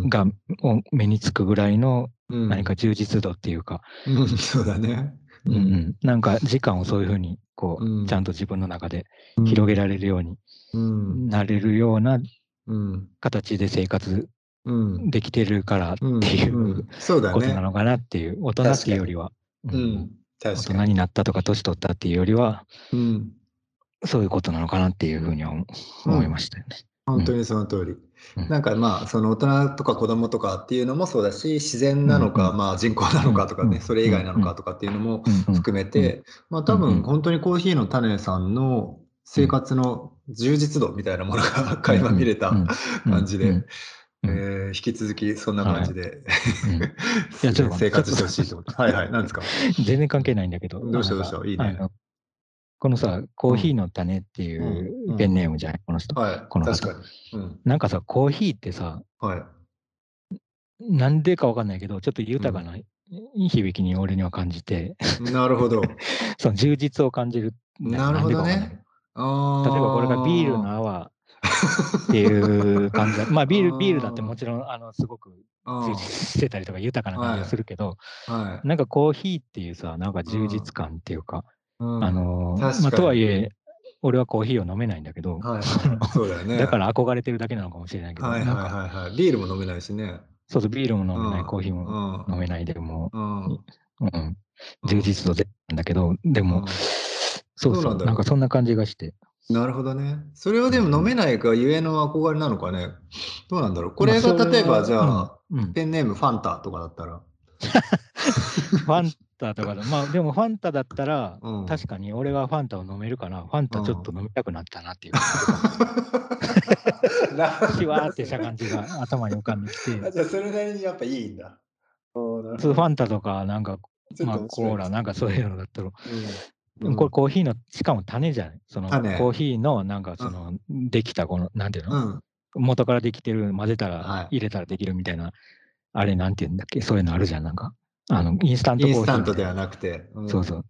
Speaker 2: がを目につくぐらいの何か充実度っていうか、
Speaker 1: うん、そうだね。
Speaker 2: うんうん、なんか時間をそういうふうにこう、
Speaker 1: うん
Speaker 2: ちゃんと自分の中で広げられるように
Speaker 1: うん
Speaker 2: なれるような
Speaker 1: うん
Speaker 2: 形で生活
Speaker 1: うん
Speaker 2: できてるからって
Speaker 1: うん
Speaker 2: いううん
Speaker 1: そうだ
Speaker 2: ことな
Speaker 1: ね。
Speaker 2: のかなっていう、大人っていうよりは、
Speaker 1: う
Speaker 2: うん
Speaker 1: ん、
Speaker 2: 大
Speaker 1: 確
Speaker 2: 人
Speaker 1: かに。
Speaker 2: になったとか年取ったっていうよりは、
Speaker 1: うん
Speaker 2: そういうことなのかなっていうふうには思
Speaker 1: うん
Speaker 2: 思いましたよね。
Speaker 1: 本当にその通り。
Speaker 2: うん
Speaker 1: なんかまあその大人とか子供とかっていうのもそうだし自然なの
Speaker 2: うん
Speaker 1: か
Speaker 2: うん
Speaker 1: まあ人口なのかとか
Speaker 2: うん
Speaker 1: ね
Speaker 2: うん
Speaker 1: それ以外なのかとかっていうのも
Speaker 2: うんうん
Speaker 1: 含めてまあ多
Speaker 2: うんう
Speaker 1: 分
Speaker 2: ん
Speaker 1: 本当にコーヒーの種さんの生活の充実度みたいなものが 垣間見れた
Speaker 2: うん
Speaker 1: 感じで
Speaker 2: うん
Speaker 1: え
Speaker 2: うん
Speaker 1: ー引き続きそんな感じで
Speaker 2: うん
Speaker 1: す
Speaker 2: やちょっと待って
Speaker 1: ごい生活してほしいと思ってはいはいなんですか
Speaker 2: 全然関係ないんだけど。
Speaker 1: どうした
Speaker 2: あのさ
Speaker 1: どうしたいいね
Speaker 2: あのこのさ、コーヒーの種ってい
Speaker 1: んう
Speaker 2: うんうペンネームじゃない、この人。
Speaker 1: はい
Speaker 2: この方
Speaker 1: 確かにうん
Speaker 2: なんかさ、コーヒーってさ、
Speaker 1: はい
Speaker 2: なんでかわかんないけど、ちょっと豊かな響きに俺には感じて、
Speaker 1: なるほど
Speaker 2: その充実を感じるんだよ。
Speaker 1: なるほど
Speaker 2: んでかわかんない
Speaker 1: ねあ
Speaker 2: 例えばこれがビールの泡っていう 感じだ。まあビール、ビールだってもちろん、あの、すごく充実してたりとか豊かな感じがするけど、
Speaker 1: あーはい
Speaker 2: なんかコーヒーっていうさ、なんか充実感っていうか、
Speaker 1: うん
Speaker 2: あのー
Speaker 1: 確かに
Speaker 2: まあ、とはいえ、俺はコーヒーを飲めないんだけど、
Speaker 1: はいはい、そうだよね。
Speaker 2: だから憧れてるだけなのかもしれないけど、
Speaker 1: はいはい
Speaker 2: なんか
Speaker 1: はいはい。ビールも飲めないしね。
Speaker 2: そうそう、ビールも飲めない、
Speaker 1: うん
Speaker 2: コーヒー
Speaker 1: う
Speaker 2: も
Speaker 1: ん。
Speaker 2: 飲めないでも
Speaker 1: うん。
Speaker 2: う、うん、充実度でなんだけど、で
Speaker 1: うん
Speaker 2: も、そう
Speaker 1: そ
Speaker 2: そうう
Speaker 1: なんだ
Speaker 2: なんかそんな感じがして、
Speaker 1: なるほどね。それはでも飲めないがゆえの憧れなのかね。どうなんだろう。これが
Speaker 2: まあそれは
Speaker 1: 例えばじゃあ、
Speaker 2: うん、
Speaker 1: ペンネームファンタとかだったら。
Speaker 2: ファンタとかだ、まあでもファンタだったら、
Speaker 1: うん、
Speaker 2: 確かに俺はファンタを飲めるから、ファンタちょっと飲みたくなったなっていう、シュワーって した感じが頭に浮かんできて
Speaker 1: じゃあそれなりにやっぱいいんだ。そうなる
Speaker 2: そうファンタとか、なんか、
Speaker 1: ちょっ
Speaker 2: まあ
Speaker 1: と面白い
Speaker 2: コーラ、なんかそういうのだった
Speaker 1: う
Speaker 2: ら、
Speaker 1: んうん
Speaker 2: これコーヒーの、しかも種じゃないそのコ
Speaker 1: 種
Speaker 2: ーヒーのなんかその、できたこの、なんていう
Speaker 1: う
Speaker 2: の、
Speaker 1: ん。
Speaker 2: 元からできてる、混ぜたら、
Speaker 1: はい
Speaker 2: 入れたらできるみたいな、あれなんていうんだっけ、そういうのあるじゃん、なんか。あの、インスタント
Speaker 1: イ
Speaker 2: コー
Speaker 1: ン
Speaker 2: ヒー
Speaker 1: ス
Speaker 2: み
Speaker 1: タント
Speaker 2: たいな。
Speaker 1: ではなくて。うん
Speaker 2: そうそう。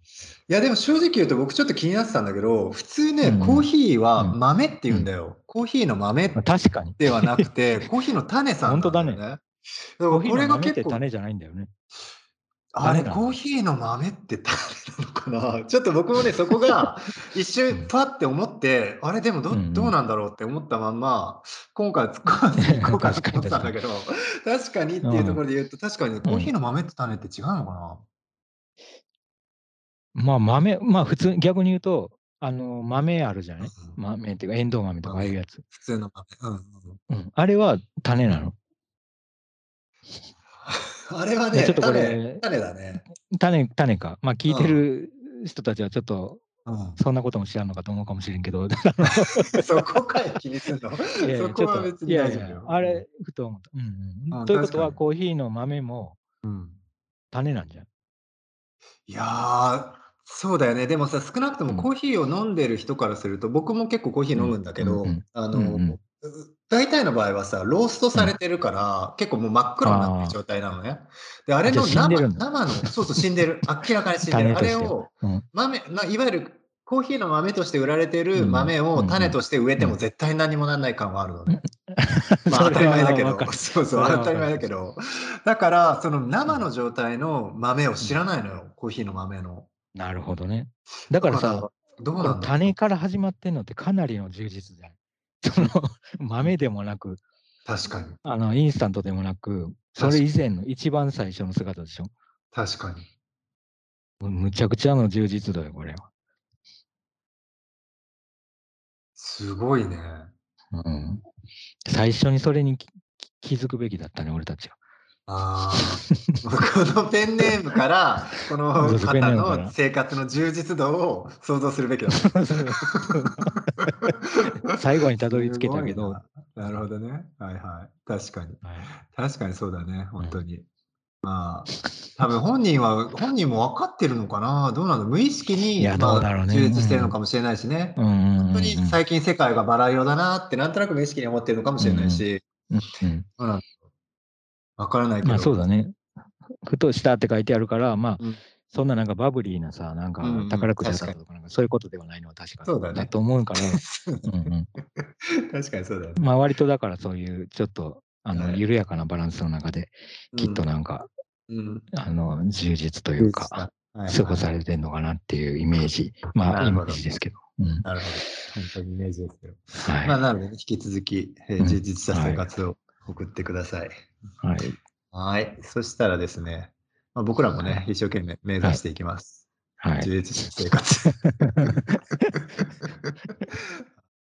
Speaker 1: いやでも正直言うと僕ちょっと気になってたんだけど普通ね、
Speaker 2: うん
Speaker 1: コーヒーは
Speaker 2: うん
Speaker 1: 豆って言うんだよ、コーヒーの豆
Speaker 2: まあ確かに。
Speaker 1: ではなくて コーヒーの種さんなんだよね
Speaker 2: 本当
Speaker 1: だ
Speaker 2: コ
Speaker 1: か
Speaker 2: ー
Speaker 1: ら
Speaker 2: ヒ
Speaker 1: こ
Speaker 2: ー
Speaker 1: れ
Speaker 2: の
Speaker 1: が
Speaker 2: 豆って
Speaker 1: 結構
Speaker 2: 種じゃないんだよね。
Speaker 1: あれ
Speaker 2: 種だ
Speaker 1: コーヒーの豆って種なのかな ちょっと僕もねそこ が一瞬パッて思ってあれでもど,、
Speaker 2: うんうん
Speaker 1: どうなんだろうって思ったまんま今回突っ込んで いこうかなと思ったんだけど確かにっていうところで言うと確かにコーヒーの豆って種って違うのかな、
Speaker 2: まあ豆、まあ普通、逆に言うと、あの、豆あるじゃない豆っていうか、エンドウ豆とかああいうやつ。
Speaker 1: 普通の豆、うんうん
Speaker 2: うん。あれは種なの。
Speaker 1: あれはいね、
Speaker 2: やちょっとこ
Speaker 1: 種
Speaker 2: れ
Speaker 1: 種だね。
Speaker 2: 種、種か。まあ聞いてる人たちはちょっと、
Speaker 1: うん、
Speaker 2: そんなことも知らんのかと思うかもしれん けど、
Speaker 1: そこかい気にするの。
Speaker 2: いやいや
Speaker 1: そ
Speaker 2: ち
Speaker 1: こ
Speaker 2: ょっ
Speaker 1: は
Speaker 2: と
Speaker 1: 別
Speaker 2: い
Speaker 1: に
Speaker 2: や
Speaker 1: 大
Speaker 2: い
Speaker 1: 丈夫
Speaker 2: や
Speaker 1: よ。
Speaker 2: あれ、ふと思った。うんう
Speaker 1: うん
Speaker 2: ん。ということ
Speaker 1: 確か
Speaker 2: は、
Speaker 1: に
Speaker 2: コーヒーの豆も
Speaker 1: うん
Speaker 2: 種なんじゃん。
Speaker 1: いやー、そうだよね。でもさ、少なくと
Speaker 2: う
Speaker 1: も
Speaker 2: ん
Speaker 1: コーヒーを飲んでる人からすると、僕も結構コーヒー飲むんだけど、
Speaker 2: うんうん
Speaker 1: あ
Speaker 2: うんう
Speaker 1: の
Speaker 2: ん、
Speaker 1: 大体の場合はさ、ローストされてるから、結構もう真っ黒になってる状態なのね。で、あれの
Speaker 2: あじゃあ死ん
Speaker 1: 生
Speaker 2: でるんだ
Speaker 1: 生の、そうそう、死んで る。明らかに死んで
Speaker 2: 種
Speaker 1: る。
Speaker 2: と
Speaker 1: あ
Speaker 2: して
Speaker 1: れを
Speaker 2: うん
Speaker 1: 豆、ないわゆるコーヒーの豆として売られてる
Speaker 2: うん
Speaker 1: 豆を
Speaker 2: うん
Speaker 1: 種として植えても絶対何もなんない感はあるのね。まあ
Speaker 2: そ
Speaker 1: 当
Speaker 2: れ
Speaker 1: たり前だけ
Speaker 2: はわか
Speaker 1: ど、
Speaker 2: る
Speaker 1: そう
Speaker 2: そ
Speaker 1: そう、
Speaker 2: れはわ
Speaker 1: 当
Speaker 2: か
Speaker 1: た
Speaker 2: る
Speaker 1: り前だけど、だから、その生の状態の豆を知らないのよ、コーヒーの豆の。
Speaker 2: なるほどね。だから
Speaker 1: だ
Speaker 2: さ
Speaker 1: か、どう
Speaker 2: こ
Speaker 1: な
Speaker 2: の
Speaker 1: んだろう
Speaker 2: 種から始まってんのってかなりの充実 じゃないその豆でもなく、
Speaker 1: 確かに、
Speaker 2: あのインスタントでもなく、それ以前の一番最初の姿でしょ。
Speaker 1: 確かに。
Speaker 2: むむちゃくちゃの充実度よ、これは。
Speaker 1: すごいね。
Speaker 2: うん、最初にそれにきき気づくべきだったね、俺た ちは。
Speaker 1: あーこのペンネームから、この
Speaker 2: そうそうペンネ
Speaker 1: 方
Speaker 2: ームから
Speaker 1: の生活の充実度を想像するべきだ。
Speaker 2: 最後にたどり着けたけど
Speaker 1: すごいな。なるほどね。はいはい。確かに。
Speaker 2: はい
Speaker 1: 確かにそうだね。本当に。まあ、多分本人は、本人も分かってるのかな。どうなの無意識に、
Speaker 2: いや
Speaker 1: まあ
Speaker 2: どうだろうね
Speaker 1: 充実してるのかもしれないしね。
Speaker 2: うんうんうんうん
Speaker 1: 本当に最近世界がバラ色だなって、なんとなく無意識に思ってるのかもしれないし、
Speaker 2: うんうん
Speaker 1: どうなんだろう分からないけど。
Speaker 2: まあそうだね。ふとしたって書いてあるから、まあ、
Speaker 1: うん
Speaker 2: そんななんかバブリーなさ、なんか
Speaker 1: うんうん
Speaker 2: 宝くじだった
Speaker 1: 確か
Speaker 2: とか、なんかそういうことではないのは確か
Speaker 1: そうだね
Speaker 2: と思う から、うん
Speaker 1: 確かにそうだよ
Speaker 2: う
Speaker 1: ね。
Speaker 2: んまあ割とだからそういうちょっと、あ
Speaker 1: は
Speaker 2: の、
Speaker 1: い
Speaker 2: 緩やかなバランスの中で、きっとなんか、
Speaker 1: うん。
Speaker 2: あの、充実というか、
Speaker 1: うん。はい
Speaker 2: 過ごされてんのかなっていうイメージ、ま
Speaker 1: なる
Speaker 2: あイ
Speaker 1: ほ
Speaker 2: メ
Speaker 1: ど
Speaker 2: ージですけど。うん
Speaker 1: なるほど。本当にイメージですよ。
Speaker 2: はい
Speaker 1: まあ、なので、引き続き、えー
Speaker 2: うん
Speaker 1: 充実した生活を送ってください。
Speaker 2: はい
Speaker 1: はい。そしたらですね、まあ、僕らもね、一生懸命目指していきます。
Speaker 2: はい
Speaker 1: 充実した生活。